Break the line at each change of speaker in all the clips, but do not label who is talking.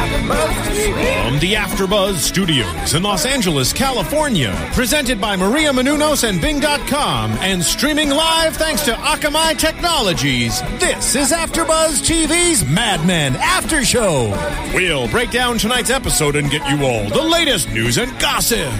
From the AfterBuzz Studios in Los Angeles, California, presented by Maria Menounos and Bing.com, and streaming live thanks to Akamai Technologies. This is AfterBuzz TV's Mad Men After Show. We'll break down tonight's episode and get you all the latest news and gossip.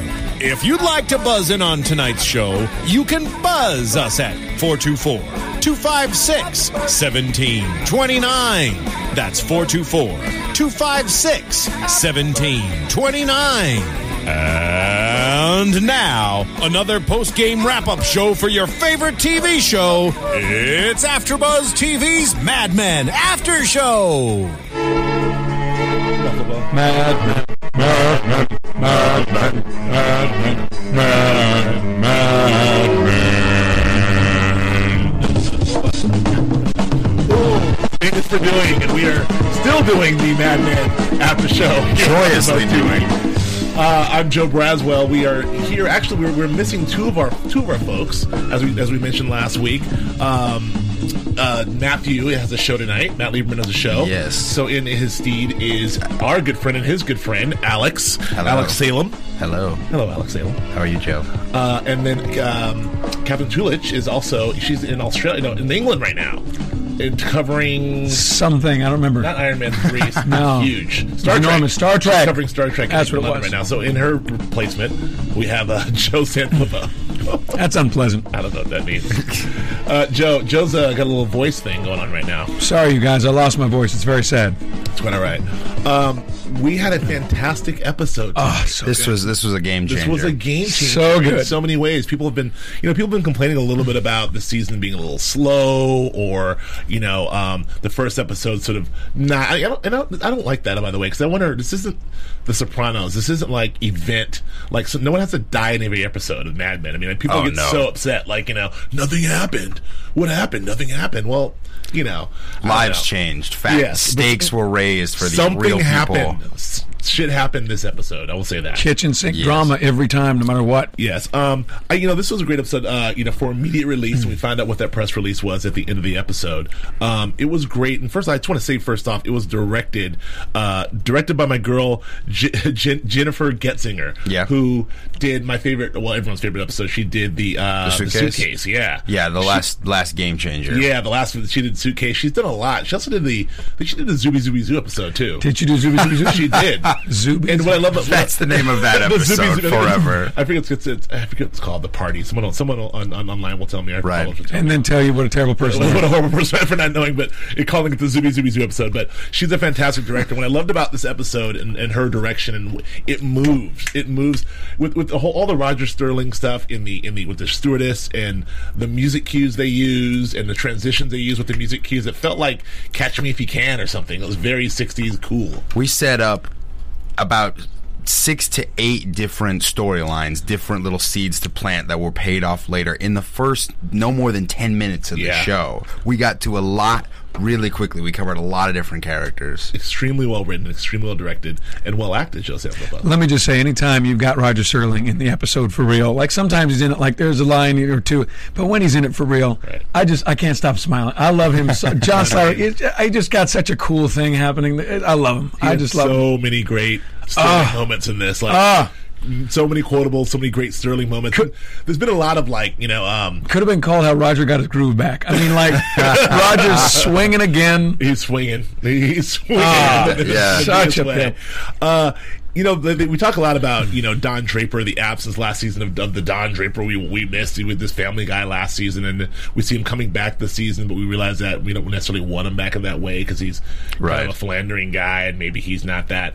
If you'd like to buzz in on tonight's show, you can buzz us at 424 256 1729. That's 424 256 1729. And now, another post game wrap up show for your favorite TV show. It's AfterBuzz TV's Mad Men After Show.
Mad Men, Mad Men, Mad Men, Mad Men, Mad Men, Mad Men. Thanks for doing, and we are still doing the Mad Men after show.
Joyously doing.
Uh, I'm Joe Braswell. We are here. Actually, we're, we're missing two of our two of our folks, as we as we mentioned last week. Um, uh, Matthew has a show tonight. Matt Lieberman has a show.
Yes.
So in his stead is our good friend and his good friend Alex.
Hello.
Alex Salem.
Hello.
Hello, Alex Salem.
How are you, Joe?
Uh, and then um, Captain Tulich is also she's in Australia, no, in England right now, and covering
something. I don't remember.
not Iron Man three, it's
No.
huge.
Enormous. Star
She's
Trek.
covering Star Trek.
That's what it
Right
was.
now, so in her replacement, we have uh, Joe Sanfilippo.
That's unpleasant.
I don't know what that means. Uh, Joe, Joe's uh, got a little voice thing going on right now.
Sorry, you guys. I lost my voice. It's very sad.
It's quite all right. Um, we had a fantastic episode.
Oh, so
Ah, This was this was a game changer.
This was a game changer
So
in
good.
so many ways. People have been, you know, people have been complaining a little bit about the season being a little slow, or you know, um, the first episode sort of not. I, I don't, and I don't, I don't like that, by the way, because I wonder this isn't The Sopranos. This isn't like event. Like, so no one has to die in every episode of Mad Men. I mean, like, people
Oh,
get
no.
so upset, like you know, nothing happened. What happened? Nothing happened. Well, you know, I don't
Lives
know.
changed. Facts.
Yes, but-
Stakes were raised for the
Something
real people.
happened. S- Shit happened this episode. I will say that.
kitchen sink
Yes.
drama every time, no matter what.
Yes. Um. I, you know, this was a great episode. Uh. You know, for immediate release,
Hmm.
and we found out what that press release was at the end of the episode. Um. It was great. And first, I just want to say, first off, it was directed, uh, directed by my girl J- Jen- Jennifer Getzinger.
Yeah.
Who did my favorite? Well, everyone's favorite episode. She did the uh the suitcase.
suitcase?
Yeah.
Yeah, the last last game changer.
Yeah, the last one that she did suitcase. She's done a lot. She also did the I think she did the Zooby Zooby Zoo episode too.
Did you do Zooby Zooby Zoo?
she did.
Zooby
And what I love about
That's the name of that
The Zooby
episode
Zooby-
forever.
I forget it's, it's, it's I forget what it's called the party. Someone will- someone will- on, on online will tell me. I
Right.
apologize.
And then tell you what a terrible person. I
What
am.
a horrible person for not knowing, but it calling it the Zooby Zooby Zoo episode. But she's a fantastic director. What I loved about this episode and, and her direction, and it moves. It moves with with the whole all the Roger Sterling stuff in the in the with the stewardess and the music cues they use and the transitions they use with the music cues. It felt like Catch Me If You Can or something. It was very sixties cool.
We set up about six to eight different storylines, different little seeds to plant that were paid off later in the first no more than ten minutes of the
Yeah.
show. We got to a lot really quickly. We covered a lot of different characters.
Extremely well written, extremely well directed, and well acted. Joe Sanfilippo.
Let me just say, anytime you've got Roger Serling in the episode for real, like sometimes he's in it, like there's a line or two, but when he's in it for real,
Right.
I just I can't stop smiling. I love him. So, John Slattery, it, I just got such a cool thing happening. I love him. I just love him.
so many great Sterling moments in this. Like.
Ah.
so many quotables, so many great Sterling moments. There's been a lot of like, you know, um,
Could have been called how Roger got his groove back. I mean, like Roger's swinging again.
he's swinging, he's swinging.
Ah,
in the
yeah.
biggest
Such a pick.
Uh, you know, the, the, we talk a lot about you know Don Draper, the absence last season of, of the Don Draper we we missed with this Family Guy last season, and we see him coming back this season, but we realize that we don't necessarily want him back in that way because he's kind
Right.
of a philandering guy, and maybe he's not that.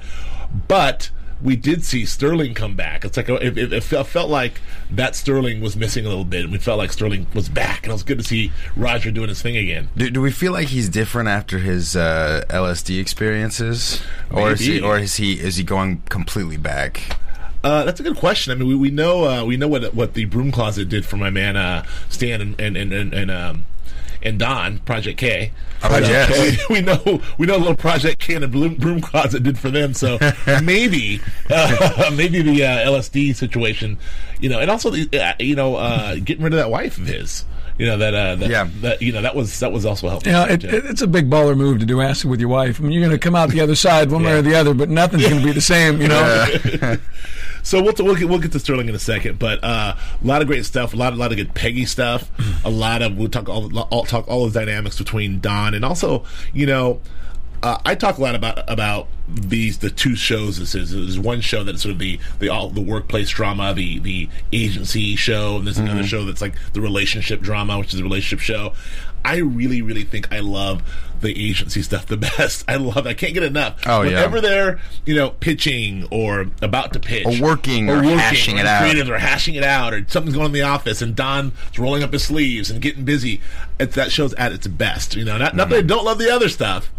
But we did see Sterling come back. It's like a, it, it, it felt felt like that Sterling was missing a little bit, and we felt like Sterling was back, and it was good to see Roger doing his thing again.
Do, do we feel like he's different after his uh, LSD experiences, or is he,
Maybe.
or is he is he going completely back?
Uh, that's a good question. I mean, we, we know uh, we know what what the broom closet did for my man uh, Stan and and and, and, and um. And Don, Project K. Uh,
Project K.
We know we know little Project K and the broom, broom closet did for them. So maybe uh, maybe the uh, LSD situation, you know, and also the, uh, you know uh, getting rid of that wife of his, you know that, uh, that
Yeah.
that you know that was that was also helpful.
Yeah, it, it, it's a big baller move to do acid with your wife. I mean, you're going to come out the other side one way or the other, but nothing's going to be the same, you know.
So we'll, we'll, get, we'll get to Sterling in a second, but uh, a lot of great stuff, a lot a lot of good Peggy stuff, a lot of we'll talk all, all talk all those dynamics between Don and also you know. Uh, I talk a lot about about these the two shows. This is there's one show that's sort of the the all the workplace drama, the the agency show, and there's
Mm-hmm.
another show that's like the relationship drama, which is a relationship show. I really really think I love the agency stuff the best. I love. I can't get enough.
Oh, yeah.
Whenever they're you know pitching or about to pitch
Or working or hashing
or
it out.
creative or hashing it out or something's going on in the office and Don's rolling up his sleeves and getting busy. It's, that show's at its best. You know, not, not that I
Mm-hmm.
don't love the other stuff,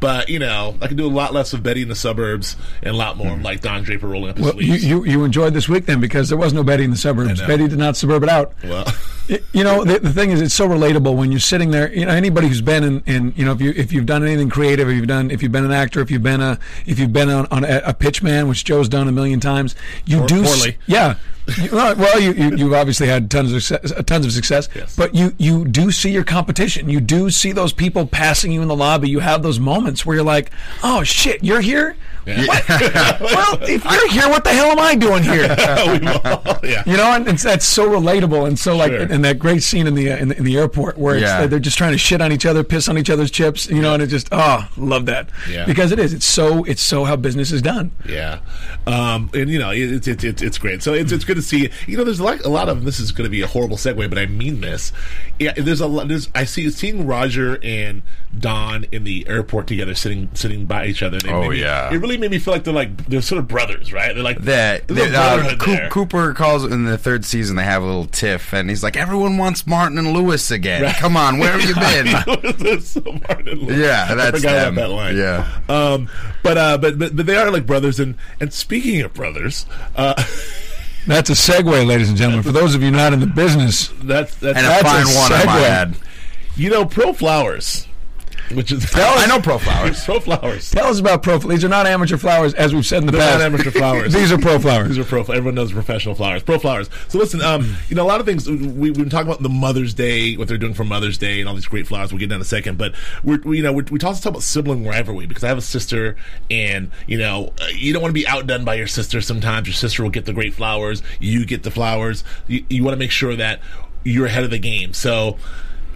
but you know, I can do a lot less of Betty in the suburbs and a lot more
Mm-hmm.
of, like Don Draper rolling up his
Well, you,
sleeves.
you, you enjoyed this week then because there was no Betty in the suburbs. Betty did not suburb it out.
well,
Y- You know, the, the thing is, it's so relatable when you're sitting there. You know, anybody who's been in, in you know, if you if you've done anything creative, if you've done, if you've been an actor, if you've been a, if you've been on, on a, a pitch man, which Joe's done a million times, you do, s-
poorly.
yeah. You- well, well, you, you you've obviously had tons of success, uh, tons of success,
Yes.
but you you do see your competition. You do see those people passing you in the lobby. You have those moments where you're like, oh shit, you're here. What? well, if you're here, what the hell am I doing here?
We've all- yeah.
You know, and it's, that's so relatable, and so like,
Sure.
and that great scene in the uh, in the, in the airport where it's,
Yeah.
they're just trying to shit on each other, piss on each other's chips, you know, and it just oh, love that
Yeah.
because it is. It's so it's so how business is done.
Yeah, um, and you know it- it's it's it's it's great. So it's it's good to see. You know, there's like a lot of this is going to be a horrible segue, but I mean this. Yeah, there's a lot. There's I see seeing Roger and Don in the airport together, sitting sitting by each other. They
Oh,
made me-
yeah.
it really made me feel like they're like they're sort of brothers, right? They're like
That,
there's a
that uh,
brotherhood
Coop-
there.
Cooper calls in the third season. They have a little tiff, and he's like, "Everyone wants Martin and Lewis again. Come on, where have you been?"
That's so Martin Lawrence.
Yeah, that's
I forgot
them.
about that line.
Yeah.
um, but uh, but but but they are like brothers. And and speaking of brothers, uh,
That's a segue, ladies and gentlemen. For those of you not in the business,
that's that's
And a
that's
fine
a
one, I might
segue.
add.
You know, Pro Flowers, which is
I know Pro Flowers.
Pro Flowers.
tell us about pro. These are not amateur flowers, as we've said in the
They're
past.
not amateur flowers.
These are pro flowers.
These are pro. Everyone knows professional flowers. Pro flowers. So listen, um, you know, a lot of things we, we've been talking about the Mother's Day, what they're doing for Mother's Day, and all these great flowers. We'll get down in a second, but we're we, you know we're, we also talk about sibling rivalry because I have a sister, and you know uh, you don't want to be outdone by your sister. Sometimes your sister will get the great flowers, you get the flowers. You, you want to make sure that you're ahead of the game. So,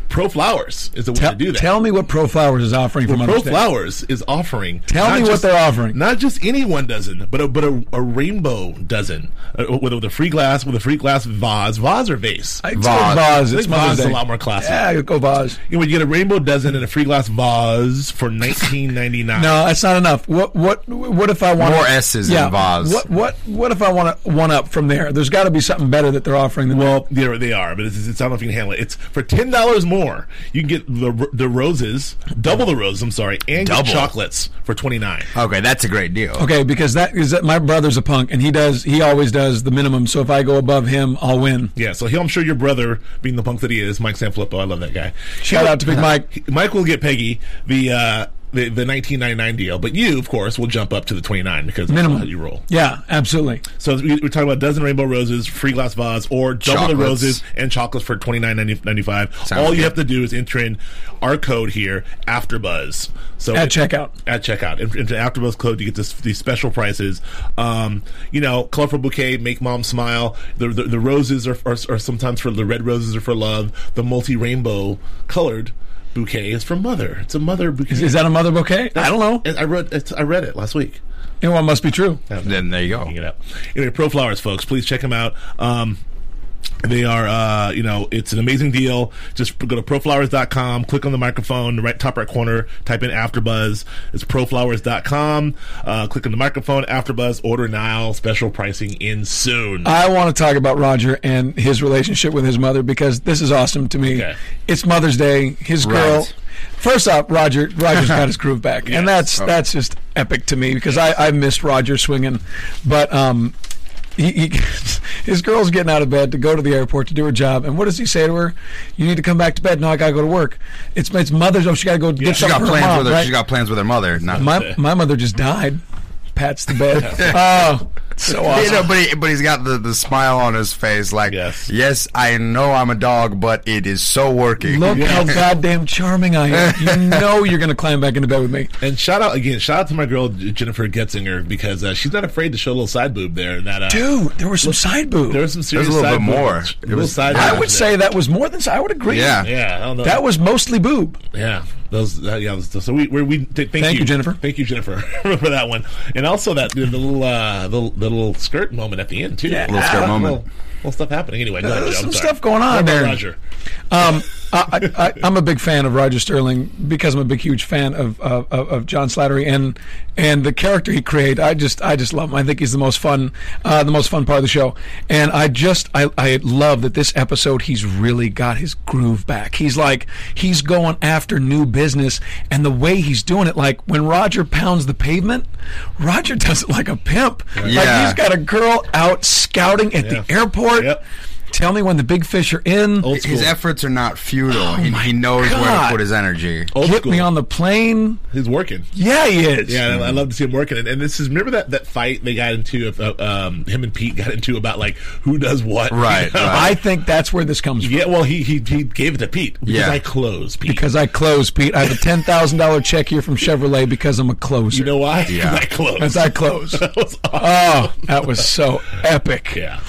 pro flowers is the way
Tell,
to do that.
tell me what pro flowers is offering for
Pro
Mother's Day.
Flowers is offering.
Tell
not
me what they're offering.
Not just any one dozen, but a, but a, a rainbow dozen uh, with, a- with a free glass with a free glass vase, vase or vase.
I- It's
Vaz.
Vaz. Vaz.
I
It's Mother's
think Vaz is a
Day.
lot more classy.
Yeah, go Vaz.
You know, you get a rainbow dozen and a free glass vase for nineteen ninety nine.
No, that's not enough. What what what if I want
More S's in
yeah,
Vaz.
What what what if I want to one up from there? There's got to be something better that they're offering. Than
Well, they they are, but it's, it's I don't know if you can handle it. It's for ten dollars more. You can get the the roses, double the roses. I'm sorry, and get
Double.
chocolates for twenty nine.
Okay, that's a great deal.
okay, because that is that my brother's a punk and he does he always does the minimum. So if I go above him, I'll win.
Yeah, so he, I'm sure your brother, being the punk that he is, Mike Sanfilippo, I love that guy.
Shout out to Big Mike.
He- Mike will get Peggy the uh, the the 1999 deal, but you, of course, will jump up to the 29 because that's
Minimum.
how you roll.
Yeah, absolutely.
So we, we're talking about a dozen rainbow roses, free glass vase, or double the
Chocolates.
roses and chocolates for 29.95.
Sounds
All you
good.
have to do is enter in our code here, AfterBuzz. So
At checkout.
at checkout. And into AfterBuzz code to get this, these special prices. Um, you know, colorful bouquet, make mom smile. The the, the roses are, are are sometimes for the red roses are for love. The multi rainbow colored bouquet is for mother. It's a mother bouquet.
Is that a mother bouquet? I don't know.
And I wrote it's, I read it last week.
It well, it must be true.
Then there you go.
Check it out. Anyway, Pro Flowers, folks, please check them out. Um, they are, uh, you know, it's an amazing deal. Just go to proflowers.com, click on the microphone, the right top right corner, type in AfterBuzz. It's proflowers.com. Uh, click on the microphone, AfterBuzz, order now. Special pricing in soon.
Uh,
I want to talk about Roger and his relationship with his mother because this is awesome to me.
Okay.
It's Mother's Day. His girl.
Right.
First off, Roger Roger's got his groove back,
Oh.
and that's that's just epic to me because I I missed Roger swinging, but um. he, he, his girl's getting out of bed to go to the airport to do her job, and what does he say to her? You need to come back to bed. No, I gotta go to work. It's it's mother's. Oh, she gotta go. Get yeah,
Yeah. She
She got plans with her.
Right?
She got plans with her mother. Not
my my mother just died. Pat's the bed. oh, so awesome.
You know, but he, but he's got the, the smile on his face, like
Yes.
yes. I know I'm a dog, but it is so working.
Look how goddamn charming I am. You know you're gonna climb back into bed with me.
And shout out again, shout out to my girl J- Jennifer Getzinger because uh, she's not afraid to show a little side boob there. And that uh,
Dude, there were some side boobs.
there was some serious
a little
side
bit
boob-
more.
a
It
little
was-
side.
I
boob
would
there.
say that was more than I would agree.
yeah.
yeah, I don't know.
That was mostly boob.
Yeah, those. Uh, yeah, those, so we we, we th- thank,
Thank you, Jennifer.
Thank you, Jennifer, for that one. And also that the, the little uh, the, the little skirt moment at the end too. Yeah, Ah.
Little skirt moment.
Little, little stuff happening. Anyway, go ahead,
There's
Joe, I'm
some
sorry.
stuff going
What
on
about
there.
Roger.
Um, I, I, I, I'm a big fan of Roger Sterling because I'm a big, huge fan of of, of of John Slattery and and the character he created. I just I just love him. I think he's the most fun, uh, the most fun part of the show. And I just I, I love that this episode he's really got his groove back. He's like he's going after new business, and the way he's doing it, like when Roger pounds the pavement, Roger does it like a pimp. Like
Yeah.
he's got a girl out scouting at the
Yeah.
airport.
Yep.
Tell me when the big fish are in.
Old school.
His efforts are not futile. he,
my
he knows where
God. Oh,
to put his energy.
Old
Get
school.
me on the plane.
He's working.
Yeah, he is.
Yeah, and I, I love to see him working. And, and this is remember that, that fight they got into. If, uh, um, him and Pete got into about like who does what.
Right, right.
I think that's where this comes from.
Yeah. Well, he he, he gave it to Pete because
Yeah.
I close Pete.
Because I close, Pete. I have a ten thousand dollar check here from Chevrolet because I'm a closer.
you know why? 'Cause
Yeah.
I close.
As I close.
that was awesome.
oh, that was so epic.
yeah.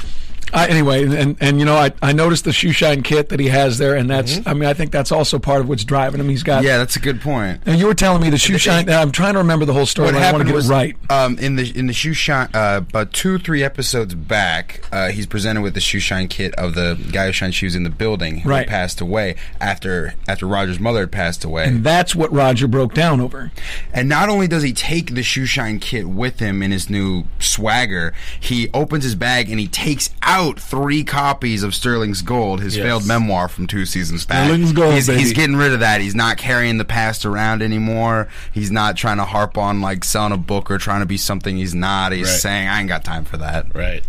I, anyway, and, and you know, I, I noticed the shoe shine kit that he has there, and that's I mean, I think that's also part of what's driving him. He's got.
Yeah, that's a good point.
And you were telling me the shoe shine. I'm trying to remember the whole story.
What
and I want to
happened
get
was
it right.
um, in the in the shoe shine uh, about two three episodes back. Uh, he's presented with the shoe shine kit of the guy who shined shoes in the building who
Right.
passed away after after Roger's mother had passed away.
And that's what Roger broke down over.
And not only does he take the shoe shine kit with him in his new swagger, he opens his bag and he takes out three copies of Sterling's Gold, his
Yes.
failed memoir from two seasons back.
Sterling's Gold,
he's, he's
baby.
getting rid of that. He's not carrying the past around anymore. He's not trying to harp on like selling a book or trying to be something he's not. He's
Right.
saying, I ain't got time for that.
Right.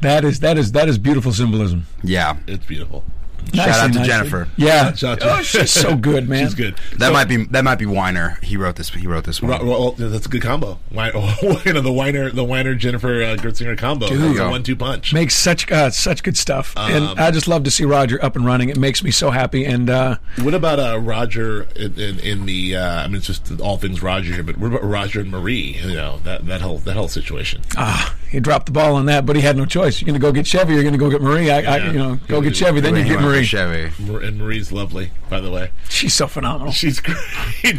That is that is that is beautiful symbolism.
Yeah.
It's beautiful.
Shout
Nicely,
out to
nicely.
Jennifer.
Yeah,
Shout out to-
Oh, she's so good, man.
She's good.
That might be that might be Weiner. He wrote this. He wrote this one.
Ro- Well, oh, that's a good combo. Wine, oh, you know, the Weiner, the Weiner Jennifer uh, Gertzinger combo. That's a
Yo.
one-two punch.
Makes such uh, such good stuff,
Um,
and I just love to see Roger up and running. It makes me so happy, and uh,
What about uh, Roger in, in, in the? Uh, I mean, it's just all things Roger here. But what about Roger and Marie? You know that that whole that whole situation.
ah, he dropped the ball on that, but he had no choice. You're going to go get Chevy, you're going to go get Marie. I, I
Yeah.
you know, go
Yeah.
get Chevy, then
He
you get
went for
Marie.
Chevy.
Mar- and Marie's lovely, by the way.
She's so phenomenal.
She's great.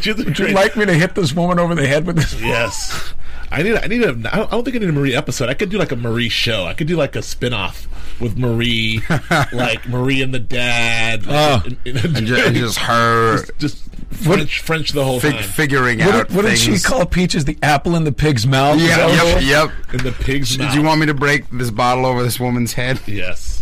She's a
Would you
great-
like me to hit this woman over the head with this?
yes. I need. I need a. I don't- I don't think I need a Marie episode. I could do like a Marie show. I could do like a spin-off with Marie, like Marie and the dad.
Oh.
and, and-
And just, and just her
just French French the whole
fig-
time.
figuring
What,
out
did, what did she
things.
call Peaches? The apple in the pig's mouth. Is that
Yeah,
what it
yep,
was?
yep.
in the pig's mouth.
Do you want me to break this bottle over this woman's head?
Yes.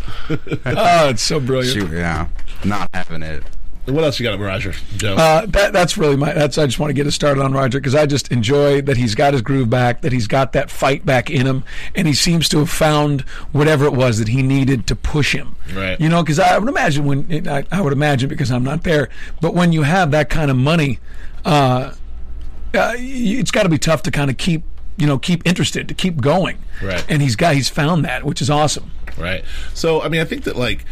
Oh, it's so brilliant.
She, yeah, not having it.
what else you got, Roger? Joe.
Uh, that, that's really my. That's I just want to get us started on Roger because I just enjoy that he's got his groove back, that he's got that fight back in him, and he seems to have found whatever it was that he needed to push him.
Right.
You know, because I would imagine when I, I would imagine because I'm not there, but when you have that kind of money, uh, uh, y- it's got to be tough to kind of keep you know keep interested to keep going.
Right.
And he's got he's found that, which is awesome.
right? So I mean, I think that like,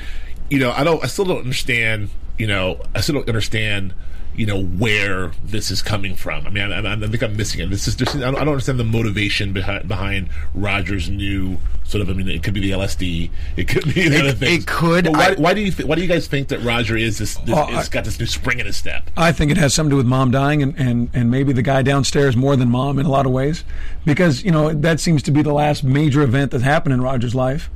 you know, I don't, I still don't understand, you know, I still don't understand, you know, where this is coming from. I mean, I, I, I think I'm missing it. This is, just, I, don't, I don't understand the motivation behind behind Roger's new sort of. I mean, it could be the LSD, it could be the other
it
things.
could.
But why,
I-
why do you th- why do you guys think that Roger is this? this
Oh,
has
I-
got this new spring in his step.
I think it has something to do with mom dying and, and, and maybe the guy downstairs more than mom in a lot of ways. Because, you know, that seems to be the last major event that happened in Roger's life.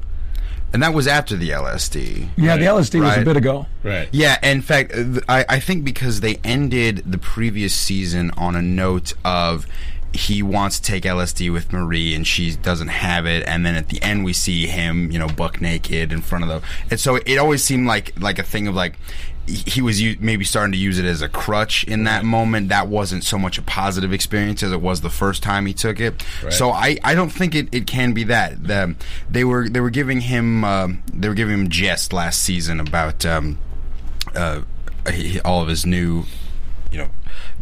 And that was after the LSD.
Yeah, the LSD was a
Right.
bit ago.
Right.
Yeah, in fact, uh, th- I, I think because they ended the previous season on a note of he wants to take LSD with Marie and she doesn't have it, and then at the end we see him, you know, buck naked in front of the. And so it always seemed like like a thing of like he was u- maybe starting to use it as a crutch in that moment. That wasn't so much a positive experience as it was the first time he took it. So I, I don't think it, it can be that. The, they were they were giving him um they were giving him jest last season about um, uh, he- all of his new you know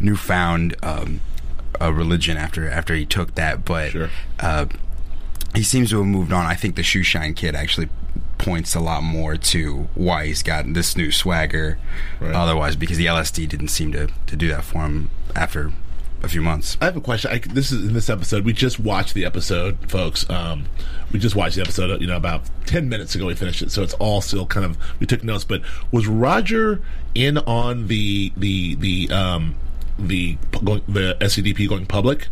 newfound um, uh, religion after after he took that, but.
Sure.
Uh, he seems to have moved on. I think the shoe shine kid actually points a lot more to why he's gotten this new swagger
Right.
otherwise because the LSD didn't seem to, to do that for him after a few months.
I have a question. I, this is in this episode. We just watched the episode, folks. Um, we just watched the episode. You know, about ten minutes ago we finished it, so it's all still kind of we took notes. But was Roger in on the the the um the pu- going, the SCDP going public?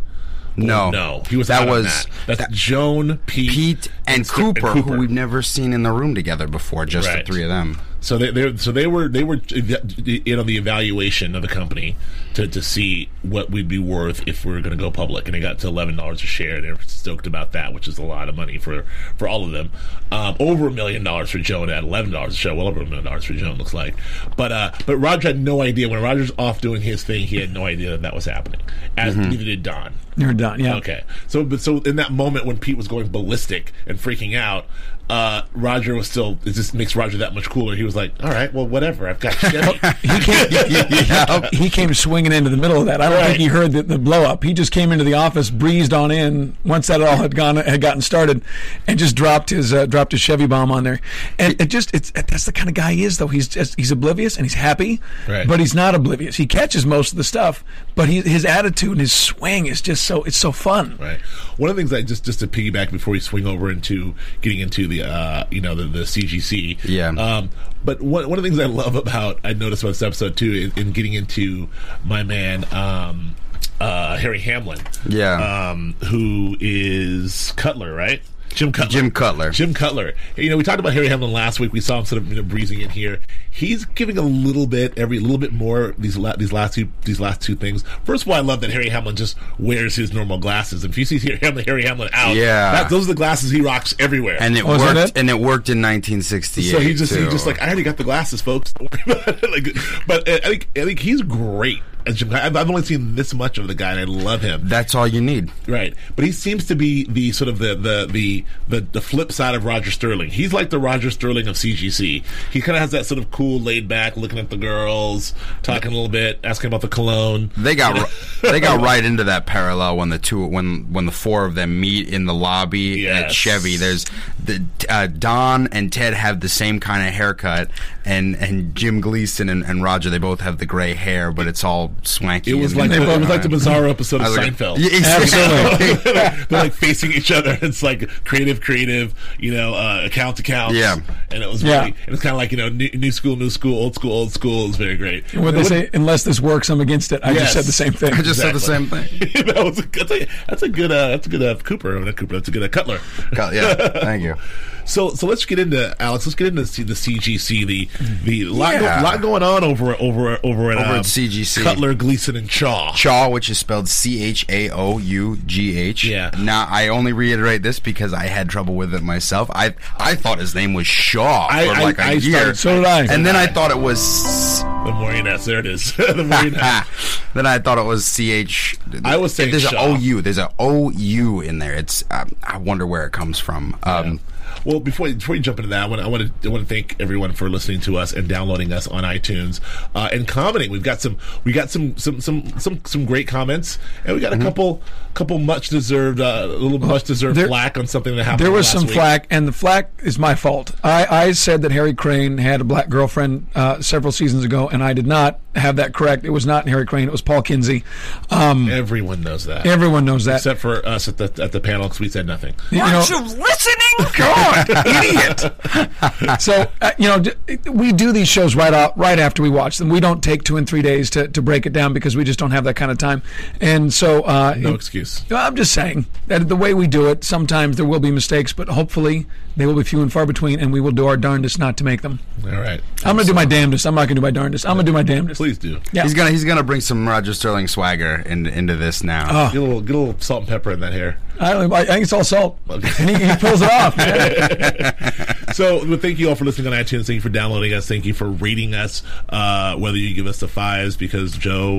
No.
no, he was
That
out on
was-
that. That's
that-
Joan Pete,
Pete and,
Sta-
Cooper, who we've never seen in the room together before, just
Right.
the three of them.
So they, they so they were they were in on the evaluation of the company to, to see what we'd be worth if we were going to go public, and it got to eleven dollars a share. They're stoked about that, which is a lot of money for for all of them. Um, over a million dollars for Joan at eleven dollars a share. Well over a million dollars for Joan looks like. But uh, but Roger had no idea when Roger's off doing his thing. He had no idea that that was happening. As neither did Don.
You're done. Yeah.
Okay. So, but so in that moment when Pete was going ballistic and freaking out, uh, Roger was still. It just makes Roger that much cooler. He was like, "All right, well, whatever. I've got Chevy."
He came, he came swinging into the middle of that. I don't
Right.
think he heard the, the blow up. He just came into the office, breezed on in once that all had gone had gotten started, and just dropped his uh, dropped his Chevy bomb on there. And it just it's that's the kind of guy he is though. He's just, he's oblivious and he's happy,
Right.
but he's not oblivious. He catches most of the stuff, but he, his attitude and his swing is just so it's so fun.
right. One of the things I just just to piggyback before we swing over into getting into the uh, you know the, the CGC.
Yeah.
Um, but one one of the things I love about I noticed about this episode too in, in getting into my man um, uh, Harry Hamlin.
Yeah.
Um, who is Cutler, right? Jim Cutler.
Jim Cutler.
Jim Cutler. You know, we talked about Harry Hamlin last week. We saw him sort of you know, breezing in here. He's giving a little bit every little bit more these la- these last two these last two things. First of all, I love that Harry Hamlin just wears his normal glasses. If you see Harry Hamlin, Harry Hamlin out,
Yeah.
that, those are the glasses he rocks everywhere.
And it
Oh, is that
worked
it?
and it worked in nineteen sixty eight.
so he just he just like I already got the glasses, folks. Don't worry about it. Like, but uh, I think I think he's great as Jim. I've, I've only seen this much of the guy, and I love him.
That's all you need.
Right, but he seems to be the sort of the the the the, the flip side of Roger Sterling. He's like the Roger Sterling of CGC. He kind of has that sort of cool, laid back, looking at the girls, talking a little bit, asking about the cologne.
They got ri- they got right into that parallel when the two when when the four of them meet in the lobby at
Yes.
Chevy. There's the uh, Don and Ted have the same kind of haircut, and and Jim Gleason and, and Roger they both have the gray hair, but it's all swanky.
It was
and-
like it
and-
was like the bizarre episode
I
of
was like-
Seinfeld.
Yeah, exactly.
they're, like, they're like facing each other. It's like creative, creative, you know, uh, account to account.
Yeah.
and it was
Yeah.
really, and it's kind of like you know, new, new school, new school, old school, old school. It was very great.
What they say, unless this works, I'm against it. I
Yes.
just said the same thing.
I just said the same thing.
that was a, that's a that's a good uh, that's a good uh, Cooper. Not Cooper. That's a good uh, Cutler.
God, yeah, thank you.
So so let's get into Alex. Let's get into the C- the CGC. The the lot, go-
Yeah.
lot going on over over over at,
Over at
um,
CGC.
Cutler, Gleason, and Shaw.
Chaw, which is spelled C H A O U G H.
Yeah.
Now I only reiterate this because I had trouble with it myself. I I thought his name was Shaw
I-
for
I-
like a
I
year.
started-
So did I.
and then I thought it was
The Marionettes. There it is. the Marionettes.
then I thought it was C H.
I was saying
there's
Shaw.
an O U. There's an O U in there. It's um, I wonder where it comes from. Um,
Well, before before you jump into that, I want to I want to, I want to thank everyone for listening to us and downloading us on iTunes uh, and commenting. We've got some we got some some some some some great comments, and we got
Mm-hmm.
a couple couple much deserved uh, a little much deserved
there-
flack on something that happened.
There was
last
some
week.
flack, and the flack is my fault. I, I said that Harry Crane had a black girlfriend uh, several seasons ago, and I did not have that correct. It was not Harry Crane; it was Paul Kinsey. Um,
Everyone knows that,
everyone knows that.
except for us at the at the panel because we said nothing.
you know,
listening? God, idiot!
so uh, you know, d- we do these shows right out, right after we watch them. We don't take two and three days to, to break it down because we just don't have that kind of time. And so, uh,
No excuse.
No, I'm just saying that the way we do it, sometimes there will be mistakes, but hopefully they will be few and far between, and we will do our darndest not to make them.
All right,
I'm going to do my damnedest. I'm not going to do my darndest. I'm going to do my damnedest.
please do.
Yeah.
He's gonna he's gonna bring some Roger Sterling uh, swagger in, into this now.
Oh, Get a little get a little salt and pepper in that hair.
I, don't- I think it's all salt. And he, he pulls it off, man.
so well, thank you all for listening on iTunes. Thank you for downloading us. Thank you for rating us. Uh, whether you give us the fives because Joe,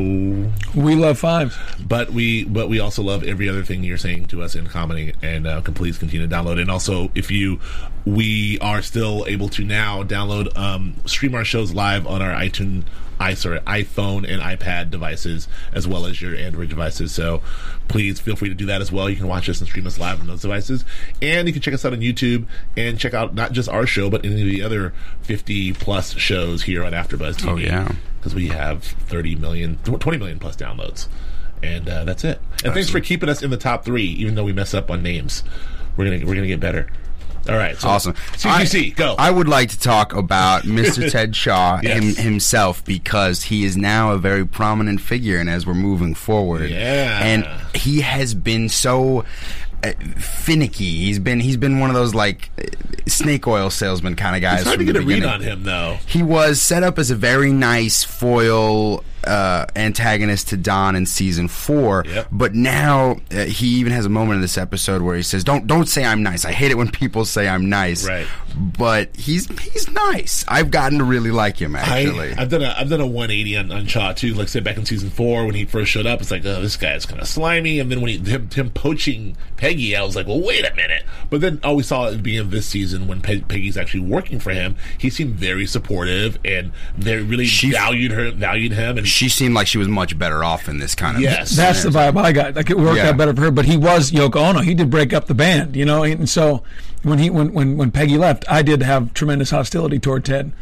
We love fives.
but we but we also love every other thing you're saying to us in commenting and uh, can please continue to download. And also, if you, we are still able to now download um, stream our shows live on our iTunes. I sorry, iPhone and iPad devices, as well as your Android devices. So, please feel free to do that as well. You can watch us and stream us live on those devices, and you can check us out on YouTube and check out not just our show, but any of the other fifty plus shows here on AfterBuzz TV.
Oh, yeah.
because we have thirty million, tw- twenty million plus downloads. And uh, that's it. And thanks for keeping us in the top three, even though we mess up on names. We're gonna we're gonna get better. All right, so
Awesome.
CGC,
I,
go.
I would like to talk about Mr. Ted Shaw
Yes.
him, himself because he is now a very prominent figure, and as we're moving forward,
Yeah.
and he has been so uh, finicky. He's been he's been one of those like uh, snake oil salesman kind of guys.
it's hard to
from
get
the
a read
beginning.
on him though.
He was set up as a very nice foil uh, antagonist to Don in season four,
Yep.
but now uh, he even has a moment in this episode where he says, "Don't don't say I'm nice. I hate it when people say I'm nice."
Right.
But he's he's nice. I've gotten to really like him actually.
I, I've done a I've done a 180 on, on Shaw too. Like say back in season four when he first showed up, it's like oh this guy is kind of slimy. And then when he him, him poaching Peggy, I was like well wait a minute. But then all we saw at the beginning of this season when Pe- Peggy's actually working for him, he seemed very supportive and they really
She-
valued her valued him. And
she seemed like she was much better off in this kind of
yes,
That's the vibe I got. Like it worked
Yeah.
out better for her. But he was Yoko Ono. He did break up the band, you know. And so when he when when, when Peggy left, I did have tremendous hostility toward Ted.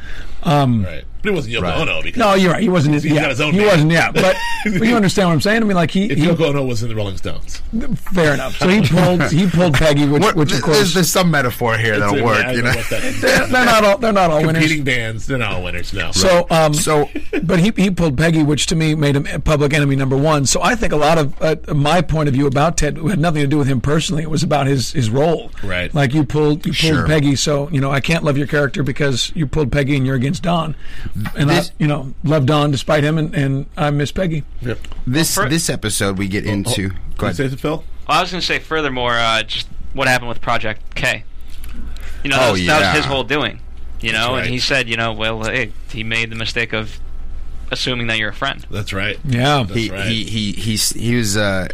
right. But it wasn't Yoko
Right.
Ono because
No, you're right. He wasn't. His, yeah,
got his own
he
band.
wasn't. Yeah, but, but you understand what I'm saying. I mean, like he,
if
he-
Yoko Ono was in the Rolling Stones,
fair enough. So he pulled he pulled Peggy, which,
What,
which of
there's,
course
there's some metaphor here
So,
that'll
yeah,
work.
I
you
don't
know?
know what that means.
they're, they're not all they're not all winners.
Competing bands, they're not all winners. No,
So um,
So
but he, he pulled Peggy, which to me made him public enemy number one. So I think a lot of uh, my point of view about Ted had nothing to do with him personally. It was about his, his role.
Right.
Like you pulled you pulled
Sure.
Peggy, so you know I can't love your character because you pulled Peggy and you're against Don, and
This-
I you know love Don despite him, and, and I miss Peggy.
Yep.
this
for-
this episode we get
Oh,
into. Go
You
ahead.
say it, Phil.
Well, I was going to say furthermore, uh, just what happened with Project K. You know, that,
Oh,
was, that
yeah.
was his whole doing. You know,
right.
and he said, you know, well, hey, he made the mistake of assuming that you're a friend.
That's right.
Yeah.
He,
That's right.
he he he he was uh,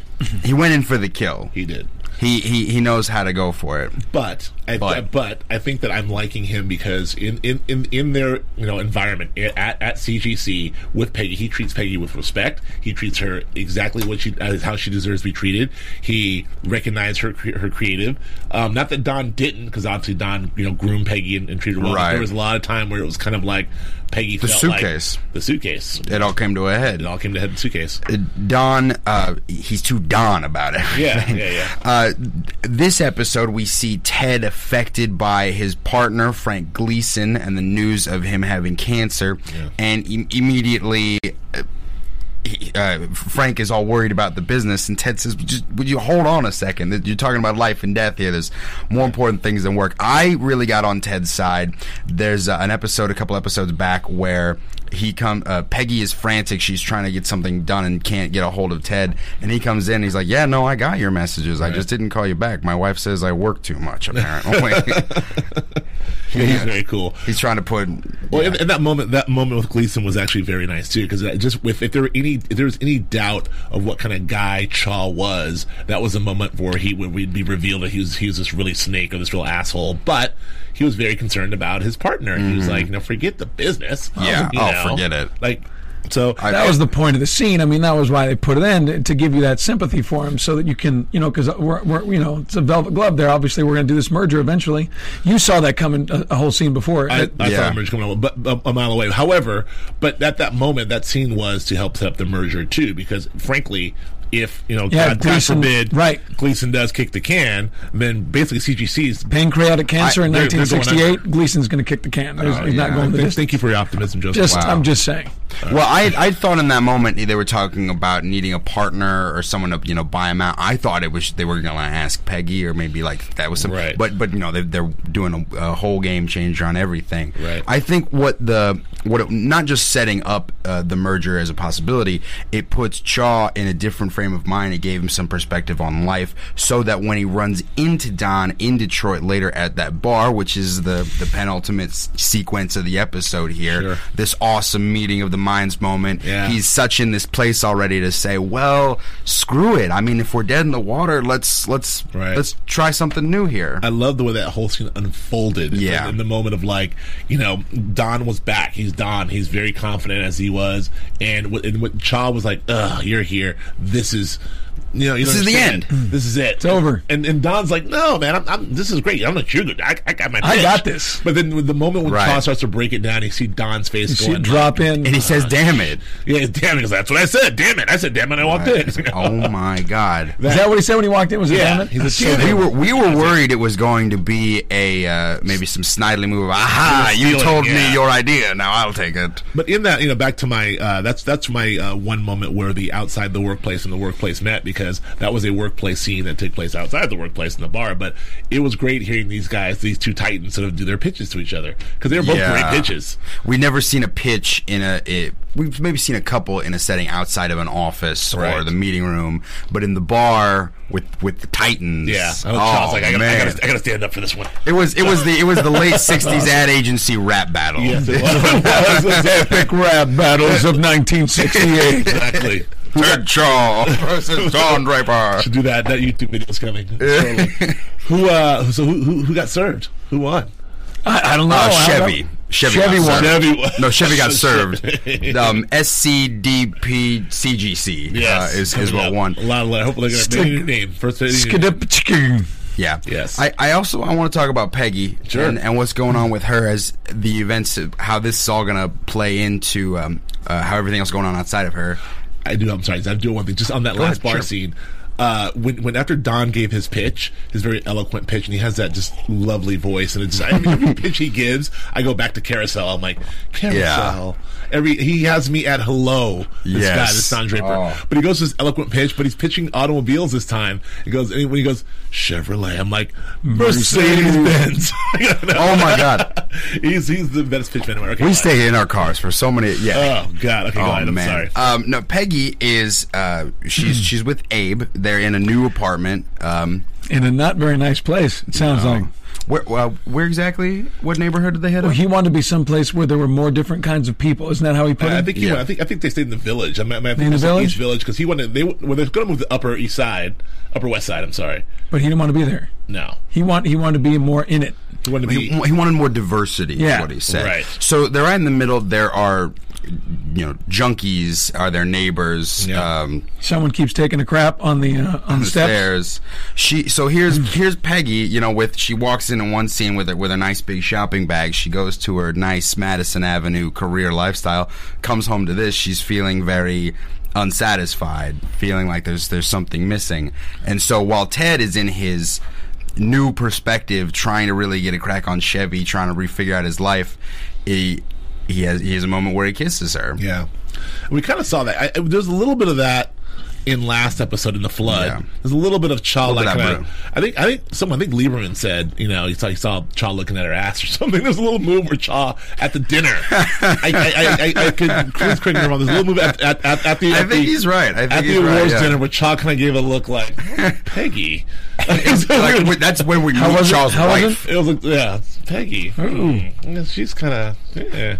he went in for the kill.
He did.
He he he knows how to go for it.
But I,
But.
but I think that I'm liking him because in in, in, in their you know environment i- at, at CGC with Peggy, he treats Peggy with respect. He treats her exactly what she as how she deserves to be treated. He recognized her cre- her creative. Um, not that Don didn't, because obviously Don you know groomed Peggy and, and treated her well. but
Right.
There was a lot of time where it was kind of like Peggy the
suitcase.
the suitcase.
It all came to a head.
It all came to head in the suitcase.
Don, uh, he's too Don about everything.
yeah, yeah.
Uh, this episode, we see Ted affected by his partner Frank Gleason and the news of him having cancer, and im immediately. uh, he- Uh, Frank is all worried about the business, and Ted says, Just, "Would you hold on a second? You're talking about life and death here. There's more important things than work." I really got on Ted's side. There's uh, an episode, a couple episodes back, where he come uh, Peggy is frantic. She's trying to get something done and can't get a hold of Ted. And he comes in. And he's like, "Yeah, no, I got your messages. I just didn't call you back. My wife says I work too much. Apparently,
Yeah, he's very cool.
he's trying to put
Well, in, in that moment, that moment with Gleason was actually very nice too, because just if, if there were any, if there was any doubt of what kind of guy Chaw was, that was the moment where he would we'd be revealed that he was he was this really snake or this real asshole. But he was very concerned about his partner. He was like, you know, forget the business.
Mm-hmm. Yeah.
you
Oh, forget it.
Like, so
I-
That was the point of the scene. I mean, that was why they put it in to- to give you that sympathy for him, so that you can, you know, because we're, we're, you know, it's a velvet glove there. Obviously, we're going to do this merger eventually. You saw that coming a, a whole scene before.
I, I
Yeah.
saw the merger coming a, but, a, a mile away. However, but at that moment, that scene was to help set up the merger too, because frankly, if you know,
Yeah,
God,
Gleason-
God forbid,
right.
Gleason does kick the can, then basically CGC is.
Pancreatic cancer
I-
in
they're- they're going
1968. Gleason's going to kick the can. There's-
Oh,
he's
yeah.
not going the
Thank,
distance.
thank you for your optimism, Joseph.
Just,
Wow.
I'm just saying.
Well, I I thought in that moment they were talking about needing a partner or someone to you know buy them out. I thought it was they were going to ask Peggy or maybe like that was some.
Right.
But but you know they, they're doing a, a whole game changer on everything.
Right.
I think what the what it, not just setting up uh, the merger as a possibility, it puts Chaw in a different frame of mind. It gave him some perspective on life, so that when he runs into Don in Detroit later at that bar, which is the the penultimate s- sequence of the episode here,
Sure.
this awesome meeting of the minds moment.
Yeah.
He's such in this place already to say, "Well, screw it. I mean, if we're dead in the water, let's let's
Right. Oh
let's try something new here."
I love the way that whole scene unfolded. in the-
Yeah.
In the moment of like, you know, Don was back. He's Don. He's very confident as he was. And what, and what Cha was like, ugh, you're here. This is, you know, you
This
don't
is the
understand. This is it. It's
over.
And and Don's like,
No, man, I'm, I'm, this is great. I'm not you. I, I got my
I
pitch."
got this.
But then with the moment when
Right.
Cha starts to break it down, you see Don's face
You see
going,
it drop in.
and he says, "Damn it."
yeah, damn it. He's like, That's what I said. Damn it. I said, damn it. I walked in. You know?
oh my god.
Is that what he said when he walked in? Was it
Yeah.
Hammond?
He's a
So we were we were worried it was going to be a uh, maybe some snidely move of aha you
Stealing,
told
yeah.
me your idea now I'll take it
But in that, you know, back to my uh, that's that's my uh, one moment where the outside the workplace and the workplace met because that was a workplace scene that took place outside the workplace in the bar. But it was great hearing these guys, these two titans, sort of do their pitches to each other because they were both great pitches.
We've never seen a pitch in a. It, we've maybe seen a couple in a setting outside of an office or
Right.
the meeting room, but in the bar with with the Titans.
Yeah, I
oh,
was, I was like, I gotta, I,
man.
gotta, I gotta stand up for this one.
it was it was the it was the late '60s ad agency rap battle.
Yes, it was.
Epic rap battles of 1968.
exactly.
Ted Shaw versus Don Draper.
Should do that. That YouTube video's coming. shortly. who? Uh, so who, who? Who got served? Who won?
Oh, I, I don't know.
Uh,
I don't
Chevy.
know.
Chevy,
Chevy
got
won.
served.
Chevy won.
No, Chevy got served. Um, SCDPCGC
Yes,
uh, is, is
coming
what
up.
won.
A lot of. Hopefully, they're gonna name, name first. uh,
Skidip-chiking.
Yeah.
Yes.
I, I also I want to talk about Peggy
Sure.
and, and what's going on with her as the events, of how this is all going to play into um, uh, how everything else going on outside of her.
I do. I'm sorry. I'm doing one thing just on that last
ahead,
bar
sure.
scene. Uh, when, when after Don gave his pitch, his very eloquent pitch, and he has that just lovely voice, and it's I mean, every pitch he gives, I go back to Carousel. I'm like Carousel. Every he has me at hello. This guy,
Yes.
this Don Draper,
Oh.
but he goes to this eloquent pitch, but he's pitching automobiles this time. He goes and when he goes Chevrolet, I'm like Mercedes Benz.
Oh my God,
he's he's the best pitchman ever. Okay,
we
fine.
stay in our cars for so many. Yeah.
Oh God. Okay, go ahead. I'm sorry.
Um, no, Peggy is uh, she's she's with Abe. They're in a new apartment. Um,
In a not very nice place, it sounds like.
where well, where exactly? What neighborhood did they hit?
Well,
up?
he wanted to be someplace where there were more different kinds of people. Isn't that how he put
I
it?
think he
Yeah.
went, I think I think they stayed in the village. I mean, I, mean, I
In
think it
the
was
village?
East Village because he wanted they well they're going to move to the Upper East Side, Upper West Side. I'm sorry.
but he didn't want to be there.
No,
He want he wanted to be more in it.
he wanted to
He,
be.
he wanted more diversity.
Yeah.
is what he said.
Right.
So they're right in the middle. There are, you know, junkies are their neighbors.
Yeah.
Um,
Someone keeps taking a crap on the uh, on the steps. Hmm.
stairs. She so here's here's Peggy. You know, with she walks in in one scene with her with a nice big shopping bag. She goes to her nice Madison Avenue career lifestyle. Comes home to this. She's feeling very unsatisfied, feeling like there's there's something missing. And so while Ted is in his new perspective, trying to really get a crack on Chevy, trying to refigure out his life, he he has he has a moment where he kisses her.
Yeah, we kind of saw that. I, I- there's a little bit of that in last episode in the flood.
Yeah.
There's a little bit of Cha
Little bit
like
of
kinda-
brew.
I think I think someone I think Lieberman said you know he saw he saw Cha looking at her ass or something. There's a little move where Cha at the dinner. I, I, I, I, I could Chris correct me if I'm wrong. There's a little move at at, at, at the.
I
at
think
the-
he's right. I think
at the
he's right,
awards
yeah.
dinner, where Cha kind of gave a look like Peggy. It's so
Like,
weird.
wait, that's when we meet
was it?
Charles'
How was
wife.
It was like, yeah, it's Peggy. Hmm. Yeah, She's kind of yeah.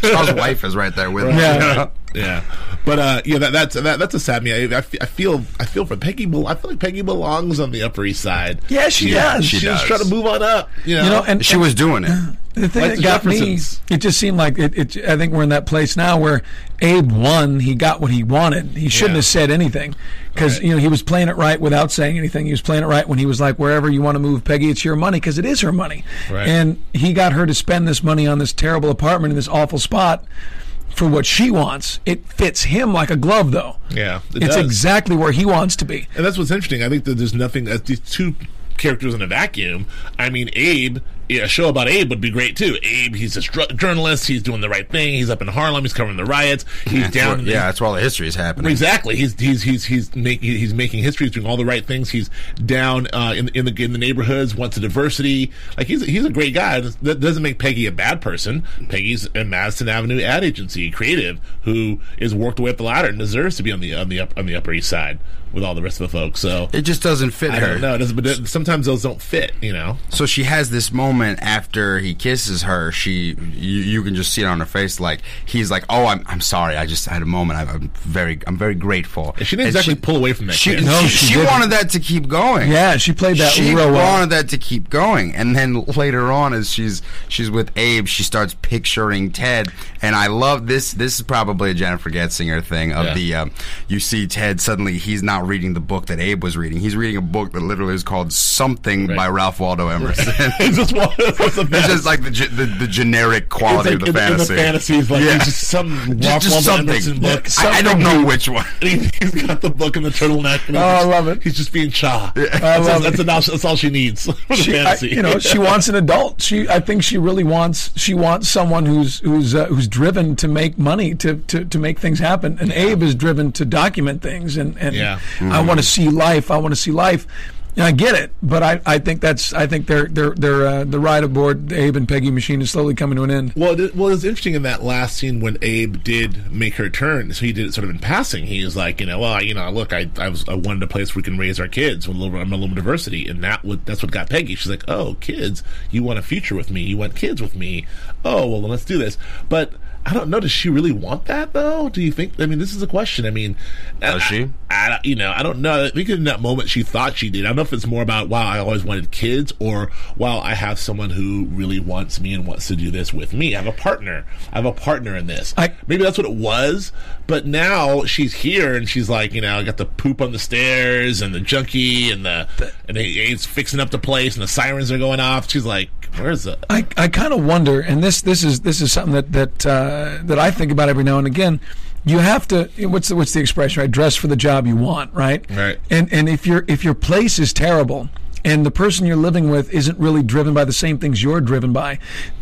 Charles' wife is right there with her.
Yeah.
yeah. But uh, yeah, that, that's that, that's a sad me. I, I fe- I feel I feel for Peggy. Bel- I feel like Peggy belongs on the Upper East Side.
Yeah, she does.
she
She, was
does.
trying to move on up. You know,
You know, and
She was doing it.
The thing
Like
that
the
got me,
Jeffersons.
it just seemed like it, it. I think we're in that place now where Abe won. He got what he wanted. He shouldn't
Yeah.
have said anything because
Right.
you know he was playing it right without saying anything. He was playing it right when he was like, "Wherever you want to move, Peggy, it's your money because it is her money."
Right.
And he got her to spend this money on this terrible apartment in this awful spot for what she wants. It fits him like a glove, though.
yeah, it
it's
does.
exactly where he wants to be.
And that's what's interesting. I think that there's nothing. Uh, these two characters in a vacuum. I mean, Abe yeah, a show about Abe would be great too. Abe, he's a stru- journalist. He's doing the right thing. He's up in Harlem. He's covering the riots. He's
That's
down.
where-
in the-
yeah, that's where all the history is happening.
Exactly. He's he's he's he's making he's making history. He's doing all the right things. He's down uh, in in the in the neighborhoods. Wants the diversity. Like he's he's a great guy. That doesn't make Peggy a bad person. Peggy's a Madison Avenue ad agency creative who is worked away up the ladder and deserves to be on the on the up, on the Upper East Side with all the rest of the folks. So
It just doesn't fit
I
her.
don't know. It doesn't, but it- sometimes those don't fit. You know.
So she has this moment after he kisses her. She, you, you can just see it on her face. Like he's like, "Oh, I'm, I'm sorry. I just had a moment. I'm, I'm very, I'm very grateful."
She didn't
And
exactly pull away from that.
She,
kiss.
No,
she,
she
she
didn't.
wanted that to keep going.
Yeah, she played that
she
real well.
wanted that to keep going. And then later on, as she's she's with Abe, she starts picturing Ted. And I love this. This is probably a Jennifer Getzinger thing of
Yeah.
the um, you see Ted suddenly he's not reading the book that Abe was reading. He's reading a book that literally is called Something
Right.
by Ralph Waldo Emerson.
It's just one- it's the
It's
best.
just like the, ge- the, the generic
It's
quality
like
of
in,
the
in the
fantasy.
fantasies, like
Yeah.
it's just some
Just-
Ralph
just
Waldo
something.
Emerson book.
I- I, don't know which one.
And he- he's got the book and the turtleneck. And
Oh, I love it.
He's just being cha. That's,
love
that's, enough- that's all she needs for the
She, I,
fantasy.
you know, she wants an adult. She, I think, she really wants. She wants someone who's who's uh, who's driven to make money to, to, to make things happen. And Abe is driven to document things. And and
Yeah. Mm-hmm.
I want to see life. I want to see life. And I get it, but I, I think that's I think their their their uh, the ride aboard the Abe and Peggy machine is slowly coming to an end.
Well, it, well, it's interesting in that last scene when Abe did make her turn. So he did it sort of in passing. He was like, you know, well, you know, look, I, I was, I wanted a place where we can raise our kids with a little, I'm a little diversity, and that would, that's what got Peggy. She's like, oh, kids, you want a future with me, you want kids with me. Oh, well, then let's do this. But I don't know. Does she really want that though? Do you think? I mean, this is a question. I mean,
Does
I-
she?
I don't, you know, I don't know. I think in that moment she thought she did. I don't know if it's more about, wow, I always wanted kids or, wow, I have someone who really wants me and wants to do this with me. I have a partner. I have a partner in this.
I-
Maybe that's what it was. But now she's here and she's like, you know, I got the poop on the stairs and the junkie and the, and the AIDS fixing up the place and the sirens are going off. She's like, where's the,
I, I kind of wonder, and this this is this is something that that uh, that I think about every now and again. You have to what's the what's the expression right? Dress for the job you want, right?
Right.
And and if your if your place is terrible, and the person you're living with isn't really driven by the same things you're driven by,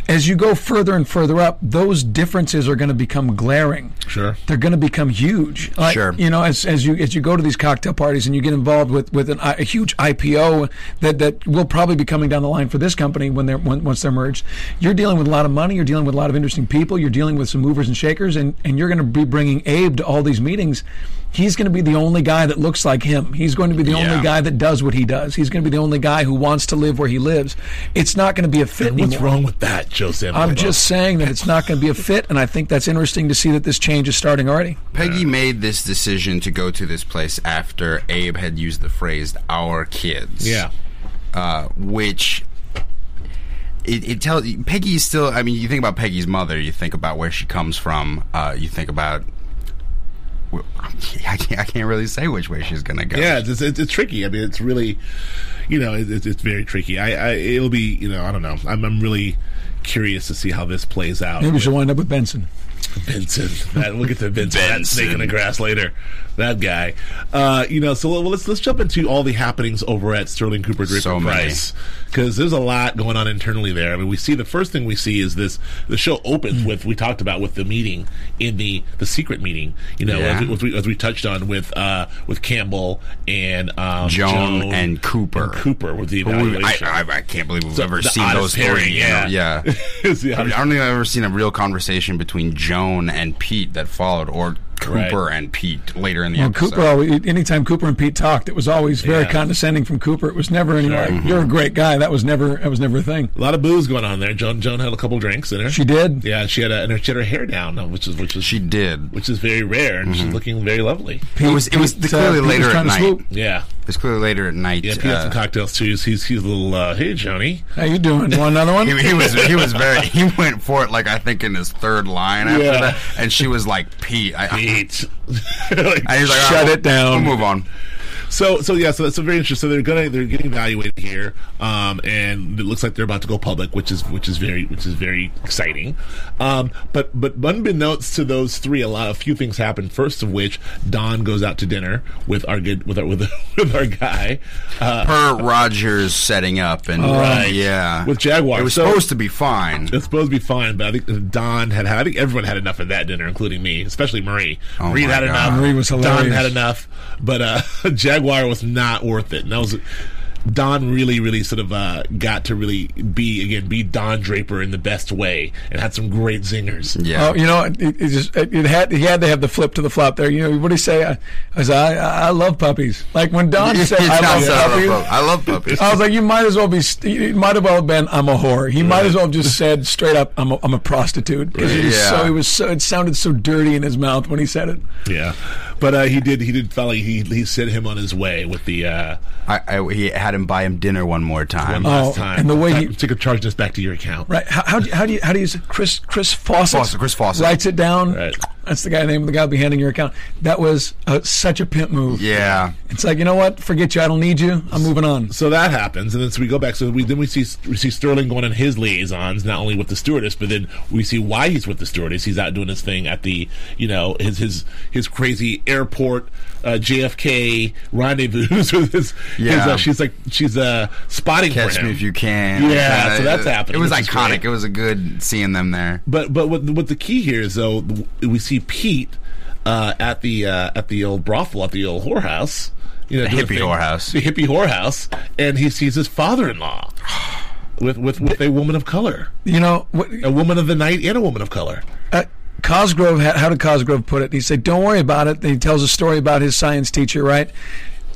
as you go further and further up, those differences are going to become glaring
sure.
they're going to become huge. Like,
Sure.
You know, as, as you as you go to these cocktail parties and you get involved with with an, I- a huge IPO that that will probably be coming down the line for this company when they're when, once they're merged. You're dealing with a lot of money. You're dealing with a lot of interesting people. You're dealing with some movers and shakers, and and you're going to be bringing Abe to all these meetings. He's going to be the only guy that looks like him. He's going to be the
Yeah.
only guy that does what he does. He's going to be the only guy who wants to live where he lives. It's not going to be a fit.
What's
anymore.
wrong with that, Joseph?
I'm just saying that it's not going to be a fit, and I think that's interesting to see that this change is starting already.
Peggy made this decision to go to this place after Abe had used the phrase "our kids."
Yeah.
uh, which it, it tells Peggy is still. I mean, you think about Peggy's mother, you think about where she comes from, uh, you think about. I can't, I can't really say which way she's gonna go.
Yeah, it's, it's, it's tricky. I mean, it's really, you know, it, it's it's very tricky. I, I, it'll be, you know, I don't know. I'm, I'm really curious to see how this plays out.
Maybe she'll wind up with Benson.
Vincent. That, we'll get to Vincent. That snake in the grass later. That guy. Uh, you know, so well, let's let's jump into all the happenings over at Sterling Cooper Draper
So many.
Price because there's a lot going on internally there. I mean, we see the first thing we see is this. The show opens
Mm.
with we talked about with the meeting in the the secret meeting. You know,
Yeah.
as, we, as, we, as we touched on with uh, with Campbell and um,
Joan and Cooper.
and Cooper with the
Who we-
evaluation.
I, I, I can't believe we've
So,
ever
the
seen
oddest
those three.
pairing,
you know,
yeah.
yeah.
It's the
I
honest-
don't think I've ever seen a real conversation between Joan and Pete that followed, or Cooper
Right.
and Pete later in the
Well,
episode.
Cooper, always, anytime Cooper and Pete talked, it was always very
Yeah.
condescending from Cooper. It was never any
Sure.
like,
Mm-hmm.
"You're a great guy." That was never that was never a thing.
a lot of booze going on there. Joan Joan had a couple drinks in her.
She did.
Yeah, she had a, and her- she had her hair down, uh, which is which is
she did.
which is very rare, and
Mm-hmm.
she's looking very lovely.
it was it was
Pete, uh,
clearly
Pete was
later
trying
at
to
night.
swoop.
Yeah,
It was clearly later at night.
yeah. He had
uh,
some cocktails too. He's he's, he's a little uh, hey, Joni.
How you doing? Want another one?
he, he was he was very he went for it like I think in his third line after
Yeah.
that, and she was like Pete. I, I,
Eat. Like,
I was like,
Shut
"Oh,
it down."
We'll move on.
So so yeah, so that's a very interesting. So they're gonna they're getting evaluated here, um, and it looks like they're about to go public, which is which is very which is very exciting. Um, but but unbeknownst to those three, a lot a few things happen. First of which, Don goes out to dinner with our good with our with, with our guy. Uh,
per Rogers setting up and
Right.
yeah
With Jaguar.
It was
So- Oh,
supposed to be fine.
It's supposed to be fine, but I think Don had had. I think everyone had enough of that dinner, including me, especially Marie.
Oh
Marie
my
had
God.
enough.
Marie was
Don
hilarious.
had enough, but uh, Jaguar was not worth it. And that was Don really, really sort of uh, got to really be again be Don Draper in the best way, and had some great zingers.
Yeah.
Oh, you know, it, it just it, it had he had to have the flip to the flop there. You know, what do you say? I, I was I I love puppies. Like when Don said,
It's
"I
not
love
so I
puppies."
love pup- I love puppies.
I was like, you might as well be. St- it might have well been. I'm a whore. He might as well have just said straight up, "I'm a, I'm a prostitute," because he was
Yeah.
so. He was so. It sounded so dirty in his mouth when he said it.
Yeah, but uh, he did. He did. Felt like he he sent him on his way with the uh,
I, I, he had him buy him dinner one more time.
one last
Oh,
time.
and the way he-
took a charge us back to your account.
Right? How, how do you, how do you how do you use it? Chris Chris Fawcett?
Fawcett, Chris Fawcett.
writes it down.
Right.
That's the guy name. The guy will be handing your account. That was uh, such a pimp move.
Yeah.
It's like you know what? Forget you. I don't need you. I'm moving on.
Um, so that happens, and then so we go back. So we then we see we see Sterling going on his liaisons, not only with the stewardess, but then we see why he's with the stewardess. He's out doing his thing at the you know his his his crazy airport uh, JFK rendezvous with his. his
Yeah.
uh, she's like she's uh, spotting for
Catch
him.
me if you can.
Yeah,
Kinda-
so that's happening,
It was
which is
iconic.
great.
It was a good seeing them there.
But but what what the key here is though we see Pete uh, at the uh, at the old brothel at the old whorehouse, you know,
The
doing a
hippie
thing-
whorehouse.
the hippie whorehouse, and he sees his father-in-law with with with a woman of color,
You know what?
a woman of the night, and a woman of color.
Uh, Cosgrove, had, how did Cosgrove put it? He said, "Don't worry about it." He tells a story about his science teacher, right?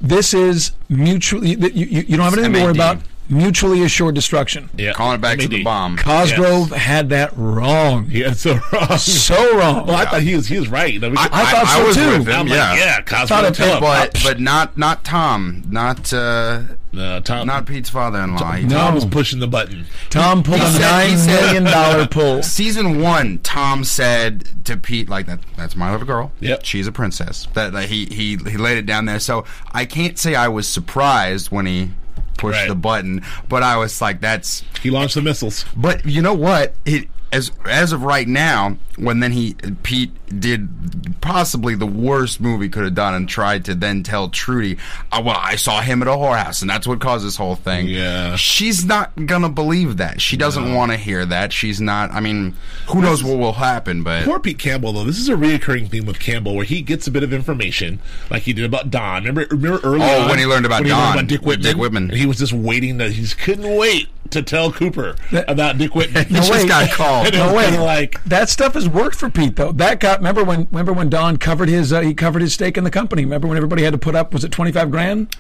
This is mutually that you, you, you don't have anything to worry
MAD.
about. Mutually assured destruction.
Yeah,
Calling it back to the bomb.
Cosgrove had that wrong.
Yeah, so wrong.
So wrong.
well, I thought he was he was right. I, mean,
I thought so
was
too.
With him,
am
yeah.
like, yeah,
Thought
Cosmo,
it-
tell him.
But but not not Tom. Not uh,
No, Tom,
not Pete's father-in-law. He-
Tom was pushing the button.
Tom pulled
He
a
said- he
nine
said-
million dollar pull.
Season one, Tom said to Pete, "Like that, that's my little girl.
Yep.
she's a princess." That like, he he he laid it down there. So I can't say I was surprised when he pushed
Right.
the button, but I was like, "That's
He launched the missiles.
But you know what? It as as of right now, when then he Pete did possibly the worst movie could have done and tried to then tell Trudy, oh, "Well, I saw him at a whorehouse, and that's what caused this whole thing."
Yeah.
she's not gonna believe that. She doesn't want to hear that. She's not. I mean, who knows what will happen? But
Poor Pete Campbell, though. This is a reoccurring theme with Campbell, where he gets a bit of information, like he did about Don. Remember, remember early
Oh,
on
when he learned about Don.
Dick Whitman.
Dick Whitman.
And he was just waiting that he just couldn't wait to tell Cooper about Dick Whitman.
he just
wait.
got called.
And it
No
was
way.
kinda Like
That stuff has worked for Pete though. That got remember when remember when Don covered his uh, he covered his stake in the company. Remember when everybody had to put up was it twenty five grand?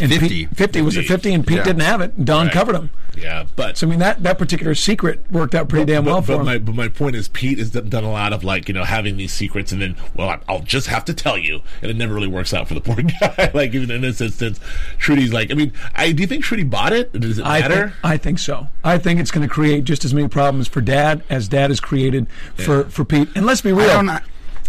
And Pete-
50.
fifty was it fifty and Pete
Yeah.
didn't have it. Don covered him.
yeah, but
So I mean that that particular secret worked out pretty damn well
but,
for
but
him.
my but my point is Pete has done done a lot of like you know having these secrets and then well I- I'll just have to tell you and it never really works out for the poor guy like even in this instance Trudy's like I mean I do you think Trudy bought it does it
I
matter
think, I think so. I think it's going to create just as many problems for Dad as Dad has created for, for Pete. And let's be real.
don't know.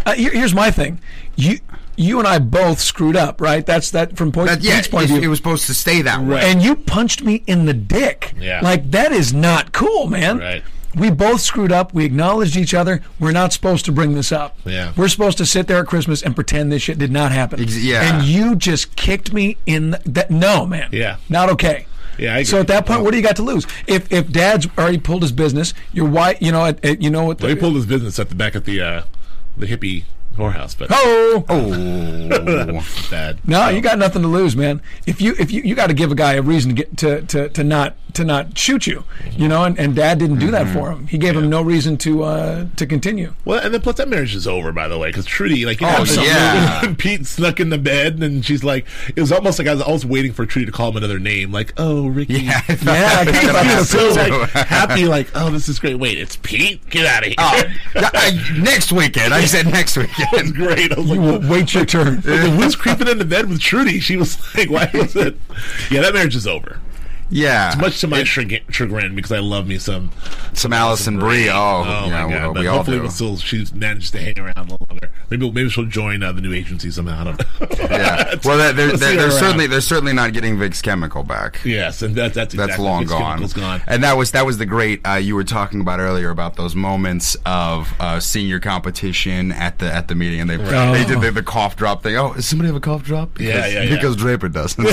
Uh, here- here's my thing. You you and I both screwed up, right? That's that from point,
That, yeah,
Pete's point
it,
of view.
it was supposed to stay that way.
Right.
and you punched me in the dick.
Yeah.
Like that is not cool, man.
Right.
We both screwed up. We acknowledged each other. We're not supposed to bring this up.
Yeah.
We're supposed to sit there at Christmas and pretend this shit did not happen.
Ex- yeah.
And you just kicked me in the, that. No, man.
Yeah.
Not okay.
Yeah, I
so
agree.
at that point, what do you got to lose? If if Dad's already pulled his business, your wife, you know, at, at- you know what?
Well, he
The,
pulled his business at the back at the uh, the hippie whorehouse, but
oh,
Oh,
that's bad.
No, you got nothing to lose, man. If you if you, you got to give a guy a reason to get to, to, to not to not shoot you, you know. And, and Dad didn't do that for him. He gave him no reason to uh, to continue.
Well, and then plus that marriage is over, by the way, because Trudy, like, you
Oh,
know,
yeah.
when Pete snuck in the bed, and she's like, it was almost like I was always waiting for Trudy to call him another name, like, oh, Ricky.
yeah. I
Yeah,
thought
I
that was
think
gonna
He was so
happen,
like,
too.
happy, like, oh, this is great. Wait, it's Pete. Get out of here.
Oh, yeah, I- next weekend. I said next
That's
weekend.
great. I was like,
You will wait your turn.
like, who's creeping into bed with Trudy? She was like, why was it? Yeah, that marriage is over.
Yeah.
Much to my
It-
chagrin, chagrin, because I love me some
some Allison Brie. Oh,
Oh
you know,
my god!
we
but
all
hopefully,
do.
we'll still she's managed to hang around a little longer. Maybe maybe she'll join uh, the new agency somehow. I don't know.
yeah. Well, they're, they're,
Let's see her
they're, they're
around.
certainly they're certainly not getting Vic's chemical back.
yes, and that, that's
That's
exactly
long
Vince
gone.
Chemical's gone.
And that was that was the great uh, you were talking about earlier about those moments of uh, seeing your competition at the at the meeting, and they they did the, the cough drop thing. Oh, does somebody have a cough drop? Because,
Oh. Yeah, yeah, yeah.
Because Draper doesn't. yeah,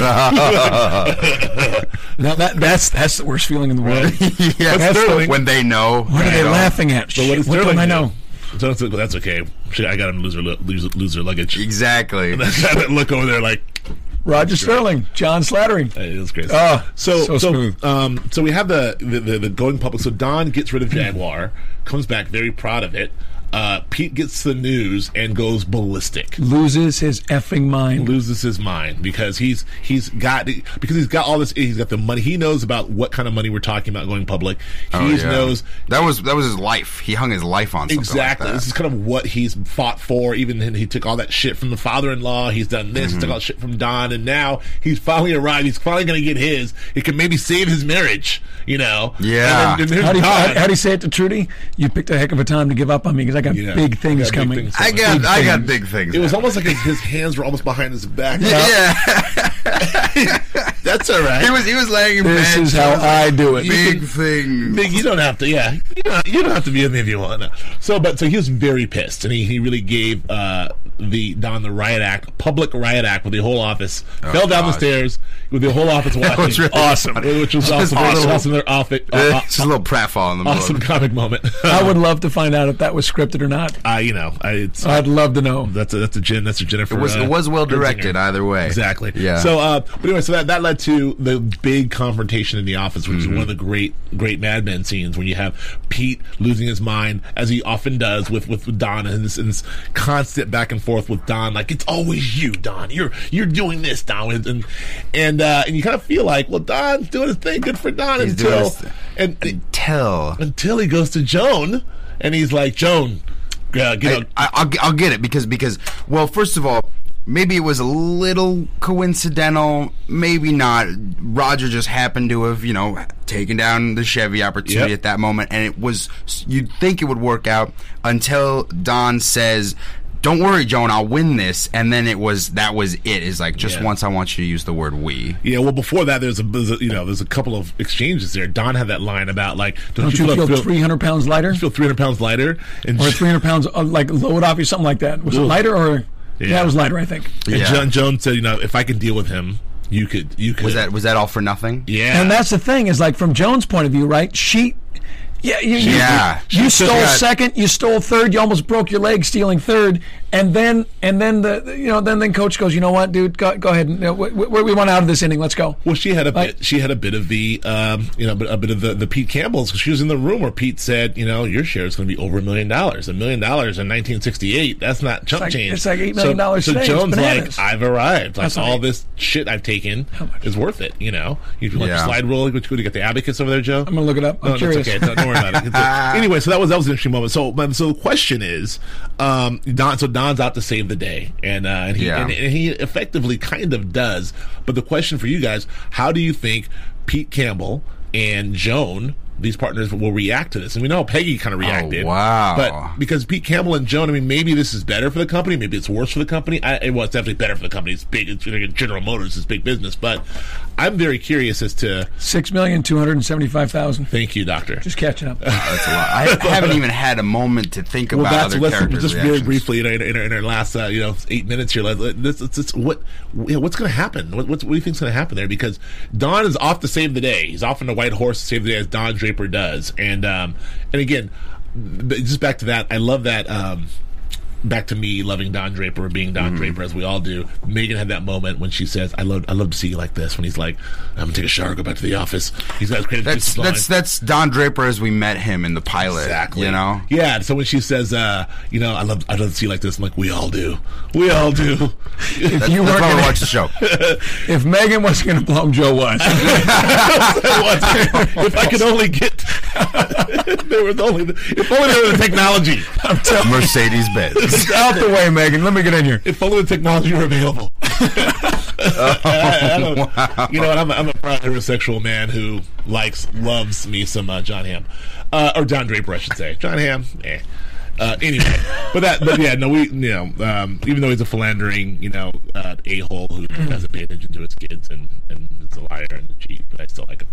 Now that that's that's the worst feeling in the world.
that's the-
Sterling.
when uh, they know.
What are
they
they
don't.
laughing at?
But what
Shit,
is
what
Sterling
don't I
do?
know?
So that's, that's okay. She, I got him lose her lu- lose, lose her luggage.
Exactly.
that look over there, like
Roger Sterling, John Slattery.
It was crazy.
Ah,
so
so
so,
smooth.
um, so we have the, the, the, the going public. So Don gets
Hmm.
rid of Jaguar, comes back very proud of it. Uh, Pete gets the news and goes ballistic.
Loses his effing mind.
loses his mind because he's he's got because he's got all this he's got the money he knows about what kind of money we're talking about going public he
Oh, yeah.
knows
that was that was his life. He hung his life on something like
exactly
that.
this is kind of what he's fought for even then he took all that shit from the father-in-law he's done this
Mm-hmm.
he took all shit from Don and now he's finally arrived he's finally gonna get his it can maybe save his marriage you know
Yeah.
and, then- and there's
How do, you,
Don.
how, how do you say it to Trudy? You picked a heck of a time to give up on me because I got
Yeah,
big things
I got big
coming.
things.
I got
Big
I got
things.
big things.
it was almost like his hands were almost behind his back
yeah.
that's all right
he was he was laying in
This
bed.
is how I do it.
big thing.
Big, you don't have to. Yeah, you don't, you don't have to be with me if you want. No. So, but so he was very pissed, and he, he really gave uh, the Don the riot act, public riot act, with the whole office fell down the
God.
stairs with the whole office watching.
Oh, was really
awesome,
funny.
which was
That was
awesome. It was
awesome.
awesome. Their office,
Uh,
uh,
just a little pratfall in the middle.
awesome
of it.
comic moment.
I
I
would love to find out if that was scripted or not.
you know, I, it's,
I'd love to know.
that's a, that's a Jen. That's a Jennifer.
It was
uh,
it was well
Gerzinger.
directed either way.
Exactly.
Yeah.
So, uh, but anyway, so that, that led to the big confrontation in the office, which is
Mm-hmm.
one of the great, great Mad Men scenes where you have Pete losing his mind, as he often does with, with Don and this, and this constant back and forth with Don. Like, it's always you, Don. You're, you're doing this, Don. And, and, and, uh, and you kind of feel like, well, Don's doing his thing. Good for Don
He's doing
until,
his thing.
and,
tell.
until he goes to Joan and he's like, Joan, uh, get
I,
up.
I, I'll, I'll get it because because well, first of all, maybe it was a little coincidental, maybe not. Roger just happened to have you know taken down the Chevy opportunity
Yep.
at that moment, and it was you'd think it would work out until Don says. Don't worry, Joan. I'll win this, and then it was that was it. Is like just
Yeah.
once. I want you to use the word we.
Yeah, well, before that, there's a, there's a you know there's a couple of exchanges there. Don had that line about like, don't,
Don't you feel
feel,
300 pounds lighter?
feel 300 pounds lighter? And,
Or
Jo-
300 pounds, uh, like load off you, something like that. Was it
Ooh.
lighter or? Yeah.
Yeah.
it was lighter, I think.
and
Yeah.
John Jones said, you know, if I can deal with him, you could you could.
Was that was that all for nothing?
yeah?
And that's the thing is like from Joan's point of view, right? She, yeah, you, you-
Yeah.
you,
She
stole
took that-
second, you stole third, you almost broke your leg stealing third, and then and then the the- you know then then coach goes, you know what, dude, go, go ahead, and, you know, we, we, we want out of this inning, let's go.
well, she had a
Like-
bit. She had a bit of the, um, you know, a bit of the, the Pete Campbell's 'cause she was in the room where Pete said, you know, your share is going to be over a million dollars. A million dollars in 1968. That's not chump
like-
change.
it's like $8
So-
million dollars
So,
today. It's
Jones
bananas.
like, I've arrived. Like
That's
all
like-
this shit I've taken
much?
is worth it. You know, you want
Yeah.
your slide rule? What you go to get the abacus over there, Joe?
I'm gonna look it up. I'm
no,
curious.
That's okay. Don't, don't worry about it. It's a- anyway, so that was that was an interesting moment. So, but- so the question is, um, Don. So Don's out to save the day, and uh, and he
Yeah.
and, and he effectively kind of does. But the question for you guys: How do you think Pete Campbell and Joan? These partners will react to this, and we know how Peggy kind of reacted.
wow.
But because Pete Campbell and Joan, I mean, maybe this is better for the company, maybe it's worse for the company. I, well, it's definitely better for the company. It's big. It's like General Motors. It's big business. But I'm very curious as to.
Six million two hundred seventy five thousand.
Thank you, Doctor.
Just catching up.
That's a lot. I, I haven't even had a moment to think about other characters.
just
reactions.
very briefly in our, in our, in our last uh, you know eight minutes here. Let, let, this, this, this, what yeah, what's going to happen? What, what's, what do you think's going to happen there? Because Don is off to save the day. He's off on a white horse to save the day as Don Draper does. And um, and again, but just back to that. I love that. Um, Back to me loving Don Draper, being
Mm-hmm.
Don Draper as we all do. Megan had that moment when she says, "I love, I love to see you like this." When he's like, "I'm gonna take a shower, go back to the office." He's got his creative
That's
juices flowing.
that's that's Don Draper as we met him in the pilot.
Exactly.
You know.
Yeah. So when she says, uh, you know, I love I love to see you like this, I'm like, we all do. We all do.
if you
That's
weren't,
why we
gonna-
watch the show.
if Megan wasn't gonna blow him, Joe was.
if I could only get there was only if only there was the technology.
Mercedes Benz.
Out the way, Megan. Let me get in here.
If only the technology were available. I don't-
Oh, wow.
You know what? I'm a, I'm a proud heterosexual man who likes, loves me some uh, John Hamm, uh, or John Draper, I should say. John Hamm, eh. Uh, anyway, but that, but yeah, no, we, you know, um, even though he's a philandering, you know, uh, a hole who doesn't pay attention to his kids and, and is a liar and a cheat, but I still like him.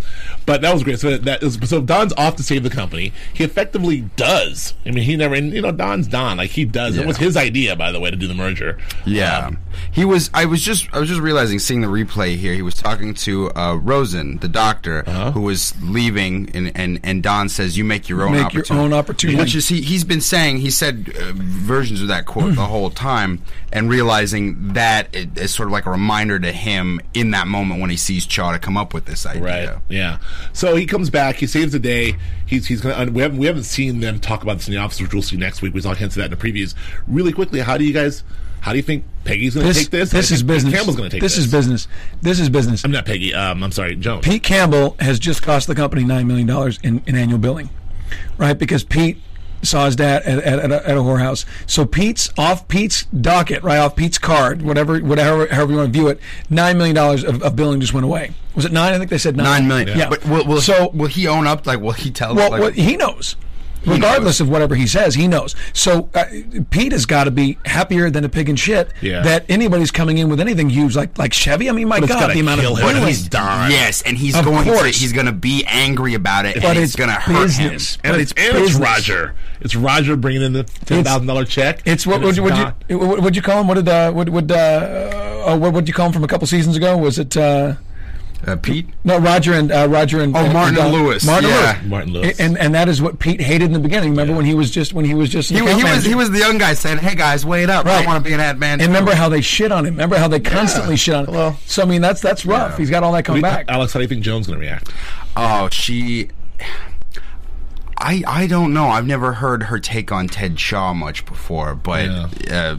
But that was great. So that is, so Don's off to save the company. He effectively does. I mean, he never, and, you know, Don's Don, like he does. It
Yeah.
was his idea, by the way, to do the merger.
Yeah,
Um,
he was. I was just. I was just realizing, seeing the replay here. He was talking to uh, Rosen, the doctor,
Uh-huh.
who was leaving, and, and and Don says, "You make your own
Make your
opportunity."
own opportunity.
Which is he? He's been saying. He said uh, versions of that quote the whole time, and realizing that it is sort of like a reminder to him in that moment when he sees Chaw to come up with this idea.
Right. Yeah. So he comes back. He saves the day. He's he's gonna. and We haven't we haven't seen them talk about this in the office, which we'll see next week. We saw hints of that in the previews. Really quickly, how do you guys? How do you think Peggy's gonna
This,
take this?
this
I
is
think Pete
business.
Campbell's gonna take this.
this is business. This is business.
I'm not Peggy. Um, I'm sorry, Jones.
Pete Campbell has just cost the company $9 million in, in annual billing, right? Because Pete saw his dad at, at, at, a, at a whorehouse. So Pete's off Pete's docket, right? Off Pete's card, whatever, whatever, however you want to view it, $9 million of, of billing just went away. Was it nine? I think they said nine.
Nine million.
Yeah.
But will, will,
so,
will he own up? Like, will he tell?
well,
like,
well, he knows. Regardless of whatever he says, he knows. So uh, Pete has got to be happier than a pig in shit
Yeah.
that anybody's coming in with anything huge like like Chevy. I mean, my
But it's
God,
gotta
the amount
kill
of
him.
money-
But he's Don.
Yes, and he's
Of
going. To,
course.
he's going to be angry about it, and it's, going to hurt
business.
him.
and
But
it's, and it's
business.
Roger. It's Roger bringing in the ten thousand dollar check.
It's what
and
would you, would
Don.
you what would you call him? What did uh, what would uh, oh, what would you call him from a couple seasons ago? Was it uh,
Uh, Pete.
no Roger and uh, Roger and
Oh,
and-
Martin
and, uh,
Lewis.
Martin
Yeah.
Lewis.
Martin Lewis.
And and that is what Pete hated in the beginning. Remember when he was just when he was just an
He,
account
he was
manager?
he was the young guy saying, "Hey guys, wait up! I
Right.
want to be an ad man."
And remember how they shit on him. Remember how they constantly shit on him.
Well- uh,
so I mean, that's that's rough. He's got all that coming back.
Alex, how do you think Jones gonna react?
oh, she. I I don't know. I've never heard her take on Ted Shaw much before, but uh,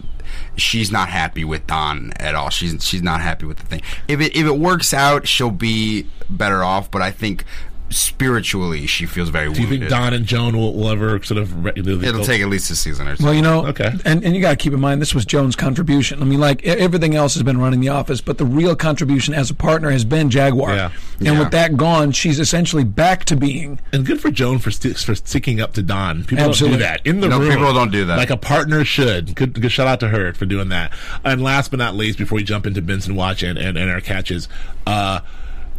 she's not happy with Don at all. She's she's not happy with the thing. If it if it works out, she'll be better off. But I think spiritually, she feels very
Do you think
wounded.
Don and Joan will, will ever sort of? Re-
It'll take at least a season or so.
Well, you know,
Okay.
and, and you got to keep in mind this was Jones' contribution. I mean, like e- everything else has been running the office, but the real contribution as a partner has been Jaguar.
Yeah.
And with that gone, she's essentially back to being
And good for Joan for sti for sticking up to Don. People
Absolutely.
don't do that in the
No,
room.
people don't do that.
Like a partner should. Good, good shout out to her for doing that. And last but not least, before we jump into Benson Watch and, and, and our catches, uh,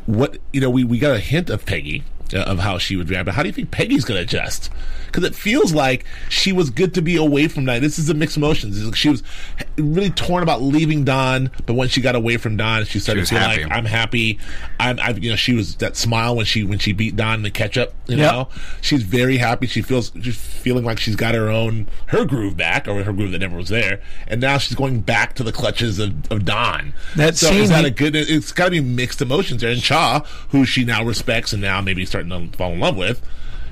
what you know, we, we got a hint of Peggy. Uh, of how she would react, but how do you think Peggy's going to adjust? Because it feels like she was good to be away from Don. This is a mixed emotions. It's like she was really torn about leaving Don, but once she got away from Don, she started
was
to feel
happy.
like I'm happy. I'm, i you know, she was that smile when she when she beat Don in the ketchup. You
Yep.
know, she's very happy. She feels she's feeling like she's got her own her groove back, or her groove that never was there, and now she's going back to the clutches of, of Don.
That
so
scene-
is that a good? It's got to be mixed emotions there. And Cha, who she now respects and now maybe starting to fall in love with,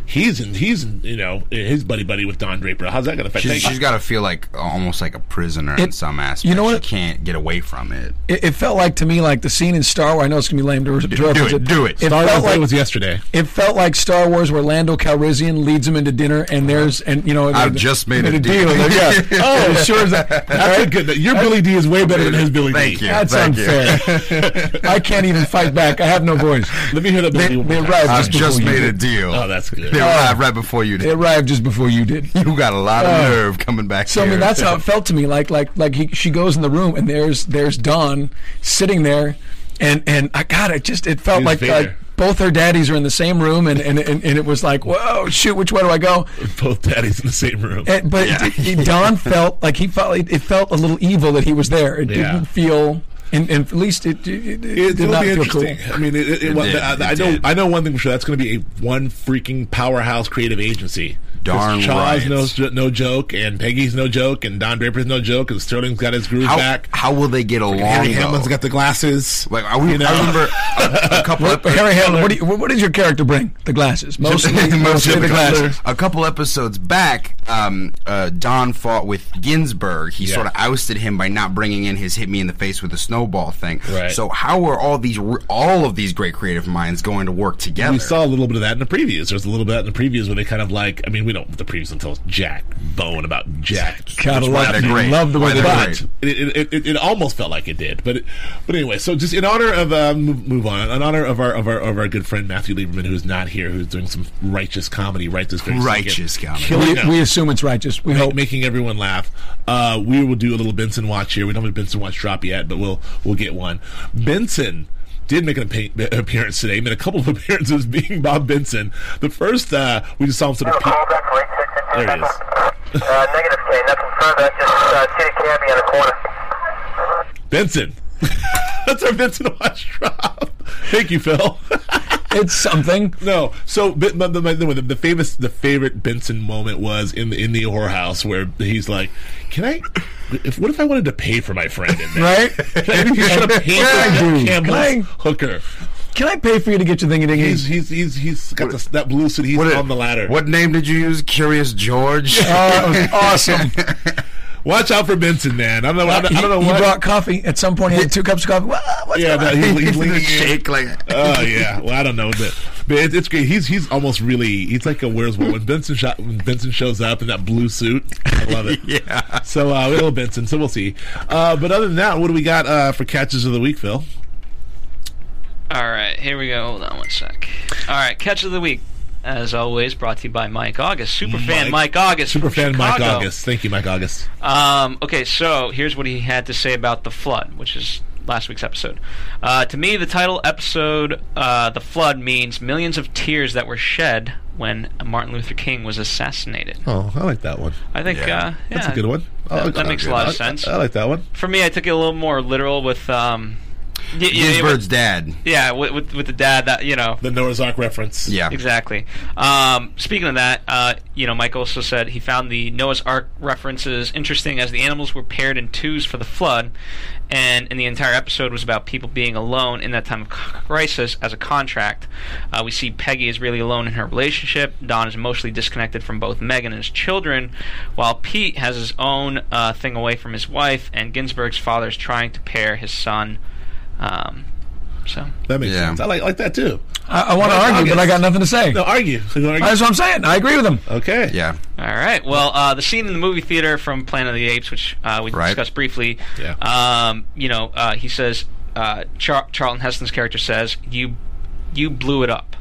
he's in, he's in, you know his buddy buddy with Don Draper. How's that going to affect?
She's,
Peggy?
she's got to feel like almost like a prisoner in
It-
some
you
aspect.
know
she
what?
can't get away from it.
it, it felt like to me like the scene in Star Wars. I know it's gonna be lame to, re- to
do
reference
it, do it.
It
Star
felt
It
like
was yesterday.
it felt like Star Wars where Lando Calrissian leads him into dinner, and there's and you know
I've
they-
just made
they
a deal.
yeah. oh, it sure is that.
That's a good. Your Billy D is way better than his Billy
Thank
D.
you.
That's
Thank you.
unfair. I can't even fight back. I have no voice.
Let me hear that.
They,
Billy D one
they
more time.
arrived
I've
just,
just
before
made
you
a
did.
deal.
Oh, that's good.
They arrived right before you
They
did.
arrived just before you did.
You got a lot of nerve coming back
So I
here.
mean, that's how it felt to me. Like like like he, she goes in the room and there's there's Don sitting there, and and I God, it just it felt
He's
like,
Vader.
like both her daddies are in the same room, and and, and and it was like whoa shoot, which way do I go?
Both daddies in the same room.
And, but
Yeah.
it- it- Don felt like he felt it, it felt a little evil that he was there. It
Yeah.
didn't feel. And, and at least it, it, it,
It's
did
gonna
not
be
feel cool.
interesting. I mean, it, it, it,
did,
I, I
it
know.
did.
I know one thing for sure. That's going to be a one freaking powerhouse creative agency. 'Cause
Darn
Chaw's
right.
no jo- no joke, and Peggy's no joke, and Don Draper's no joke, and Sterling's got his groove
how,
back.
how will they get along?
Harry
though?
Hamlin's got the glasses.
like I, we- I remember a, a couple.
But
epi-
Harry Hamlin, what, do you, what what does your character bring? The glasses, mostly, mostly,
Mostly
the glasses.
A couple episodes back, um, uh, Don fought with Ginsburg. He
Yeah.
sort of ousted him by not bringing in his hit me in the face with a snowball thing.
Right.
So how are all these r- all of these great creative minds going to work together?
We saw a little bit of that in the previews. There's a little bit of that in the previews where they kind of like. I mean, we don't the previews until Jack Bowen about Jack.
God, I
why
love,
they're great.
love the way
Why
they do
they're great.
it.
It, it, it, it- it almost felt like it did, but it, but anyway. So just in honor of uh, move, move on. In honor of our of our of our good friend Matthew Lieberman, who's not here, who's doing some righteous comedy right this very second.
Righteous comedy.
Killing us.
We, we assume it's righteous. We
Ma-
hope.
making everyone laugh. Uh, we will do a little Benson watch here. We don't have a Benson watch drop yet, but we'll we'll get one. Benson did make an appa- appearance today. He made a couple of appearances, being Bob Benson. The first uh, we just saw him sort of. Pe-
Callback for 862
There it
Central.
is.
Uh, negative K, nothing further, just uh, two to Cabby on the corner.
Benson. That's our Benson watch drop. Thank you, Phil.
It's something.
No, so but, but, but, but the, the famous, the favorite Benson moment was in the in the whorehouse where he's like, "Can I? If what if I wanted to pay for my friend in there?
Right?
Can I pay
Yeah,
for
dude.
Campbell's
Can
hooker?
Can I pay for you to get your thingy
He's
dingy?
he's he's he's got this, that blue suit. He's
What
on the ladder.
What name did you use? Curious George.
Oh, it was awesome.
Watch out for Benson, man. I don't know. I don't,
he,
I don't know
he
what.
brought coffee. At some point, he had two cups of coffee. Wha- What's
yeah,
going
no,
on?
he's, he's
He's in
leaning
a
in.
shake like.
Oh yeah. Well, I don't know, but, but it, it's great. He's he's almost really. He's like a where's what when Benson shot when Benson shows up in that blue suit. I love it.
Yeah.
So uh, we love Benson. So we'll see. Uh, but other than that, what do we got uh, for catches of the week, Phil?
All right, here we go. Hold on one sec. All right, catch of the week, as always, brought to you by Mike August, superfan Mike, August, from
Superfan Mike
Chicago.
August. Thank you, Mike August.
Um, okay, so here's what he had to say about the flood, which is last week's episode. Uh, to me, the title episode, uh, "The Flood," means millions of tears that were shed when Martin Luther King was assassinated.
Oh, I like that one.
I think
Yeah,
uh, yeah,
That's a good one. I like
that makes a lot of
I-
sense.
I, I like that one.
For me, I took it a little more literal with um, y- y-
Ginsburg's dad.
yeah, with, with with the dad that you know
The Noah's Ark reference.
Yeah.
Exactly. Um, speaking of that, uh, you know, Mike also said he found the Noah's Ark references interesting as the animals were paired in twos for the flood, and in the entire episode was about people being alone in that time of crisis as a contract. Uh, we see Peggy is really alone in her relationship. Don is emotionally disconnected from both Megan and his children, while Pete has his own uh, thing away from his wife, and Ginsburg's father is trying to pair his son. Um, so.
That makes
Yeah.
sense. I like, I like that too.
I, I want to
Mike
argue, but I
August.
got nothing to say.
No, argue. Argue.
That's what I'm saying. I agree with him.
Okay.
Yeah.
All right. Well, uh, the scene in the movie theater from Planet of the Apes, which uh, we
Right.
discussed briefly.
Yeah.
Um, you know, uh, he says uh, Char- Charlton Heston's character says you you blew it up,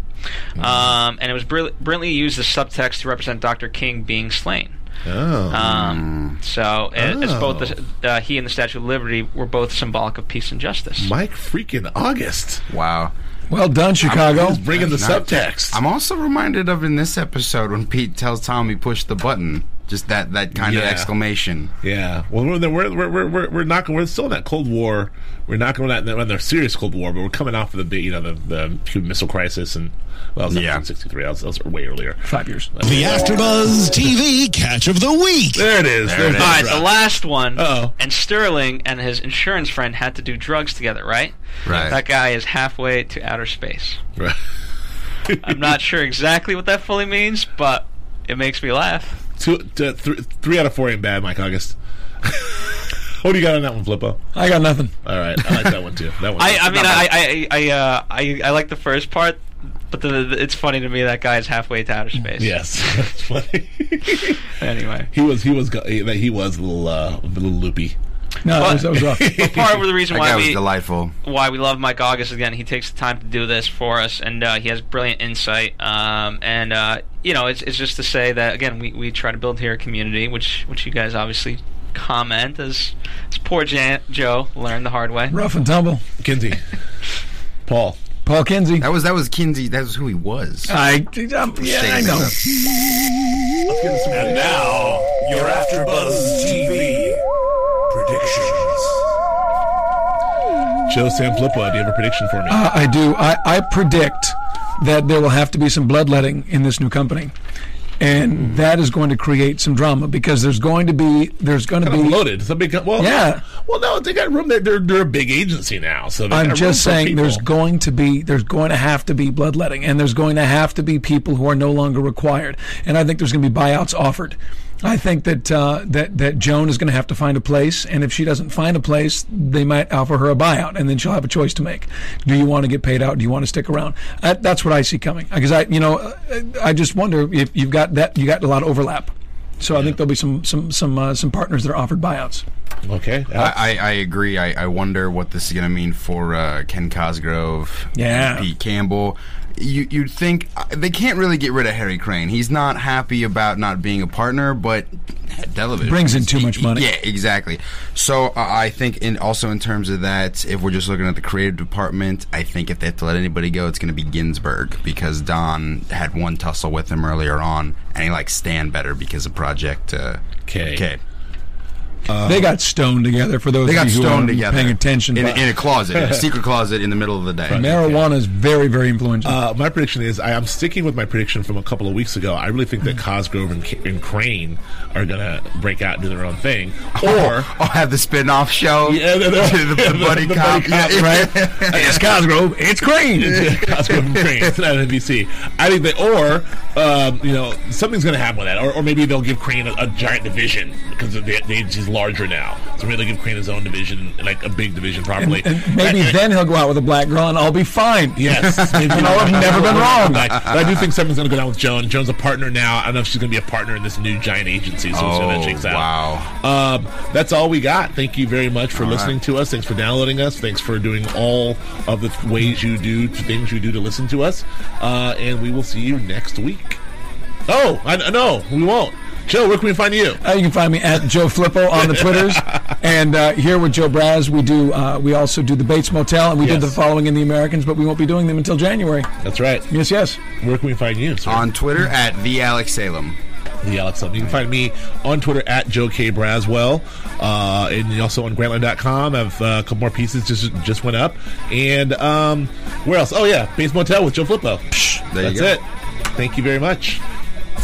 um, and it was brill- brilliantly used as subtext to represent Dr. King being slain.
Oh.
Um, so it, it's both the, uh, he and the Statue of Liberty were both symbolic of peace and justice.
Mike freaking August.
Wow.
Well done, Chicago.
He's bringing the
That's
subtext.
I'm also reminded of in this episode when Pete tells Tom he pushed the button. Just that that kind
Yeah.
of exclamation.
Yeah. Well, we're, we're, we're, we're, we're, we're knocking. We're still in that Cold War. We're knocking on that, that the serious Cold War, but we're coming off of the big, you know, the, the Cuban Missile Crisis and well, that was
Yeah.
1963. That was, that was way earlier. oh,
Five years.
The AfterBuzz TV catch of the week.
There it is. There,
All right, the last one.
Uh-oh.
And Sterling and his insurance friend had to do drugs together, right?
Right.
That guy is halfway to outer space.
Right.
I'm not sure exactly what that fully means, but it makes me laugh.
Two, two, three, three out of four ain't bad, Mike August. what do you got on that one, Flippo?
I got nothing.
All right, I like that one too. That one.
I, I mean, I, I, I, uh, I, I like the first part, but the, the- it's funny to me that guy is halfway to outer space.
yes, that's funny.
Anyway,
he was, he was, go- he, he was a little, uh, a little loopy.
No, that was, that
But-
was rough.
but part of the reason
That guy
why
was
we
delightful.
why we love Mike August again. He takes the time to do this for us, and uh, he has brilliant insight. Um, and uh, you know, it's, it's just to say that again, we, we try to build here a community, which which you guys obviously comment as, as poor Jan- Joe learned the hard way.
Rough and tumble.
Kinsey, Paul.
Paul Kinsey.
That was that was Kinsey. That was who he was.
I, I'm- yeah, I know.
And now, your AfterBuzz TV predictions.
Joe Sanfilippo, do you have a prediction for me?
Uh, I do. I, I predict that there will have to be some bloodletting in this new company.
Hmm.
And that is going to create some drama because there's going to be there's going to
kind of
be
loaded. It's a big, co- well,
Yeah.
Well, no, they got room. They're they're, they're a big agency now, so they
I'm
got
just
room for
saying
people.
there's going to be there's going to have to be bloodletting and there's going to have to be people who are no longer required and I think there's going to be buyouts offered I think that uh, that that Joan is going to have to find a place, and if she doesn't find a place, they might offer her a buyout, and then she'll have a choice to make. Do you want to get paid out? Do you want to stick around? I, that's what I see coming because I, you know, uh, I just wonder if you've got that you got a lot of overlap. So I think there'll be some some some uh, some partners that are offered buyouts.
Okay.
I, I, I agree. I, I wonder what this is going to mean for uh, Ken Cosgrove,
Yeah.
Pete Campbell. You, you'd think uh, they can't really get rid of Harry Crane. He's not happy about not being a partner, but television
Brings in too much money.
Yeah, exactly. So uh, I think, in also in terms of that, if we're just looking at the creative department, I think if they have to let anybody go, it's going to be Ginsburg because Don had one tussle with him earlier on, and he likes Stan better because of Project uh,
K.
K.
they got stoned together. For those
Uh, They
of
got
you who
stoned
aren't
together.
paying attention,
in,
But
in a closet, a secret closet in the middle of the day.
marijuana is very very influential.
Uh, my prediction is I, I'm sticking with my prediction from a couple of weeks ago. I really think that Cosgrove and, K- and Crane are gonna break out and do their own thing, or
I'll have the spin-off show.
Yeah, the- the-
the, the buddy
the buddy
cop.
cop,
Yeah.
right?
it's Cosgrove. It's Crane.
Cosgrove and Crane, it's not NBC. I think that, or um, you know, something's gonna happen with that, or, or maybe they'll give Crane a, a giant division because of the, the agency's larger now. So maybe they'll give Crane his own division, like a big division, probably.
And maybe
And- and-
then he'll go out with a black girl, and I'll be fine.
Yes, maybe
And I'll have never been wrong.
But I do think something's going to go down with Joan. Joan's a partner now. I don't know if she's going to be a partner in this new giant agency. So we'll see how that
Oh,
shakes out.
wow.
Um, that's all we got. Thank you very much for listening to us. Thanks for downloading us. Thanks for doing all of the th- ways you do, things you do to listen to us. Uh, and we will see you next week. Oh, I, no, we won't. Joe, where can we find you?
Uh, you can find me at Joe Flippo on the Twitters, and uh, here with Joe Braz, we do uh, we also do the Bates Motel, and we did the
Yes.
following in the Americans, but we won't be doing them until January.
That's right.
Yes, yes.
Where can we find you? sir?
On Twitter at the Alex Salem.
the Alex Sullivan. You can find me on Twitter at Joe K Braswell, uh, and also on Grantland.com. I have uh, a couple more pieces just just went up, and um, where else? Oh yeah, Base Motel with Joe Flippo.
there you
That's
go.
it. Thank you very much.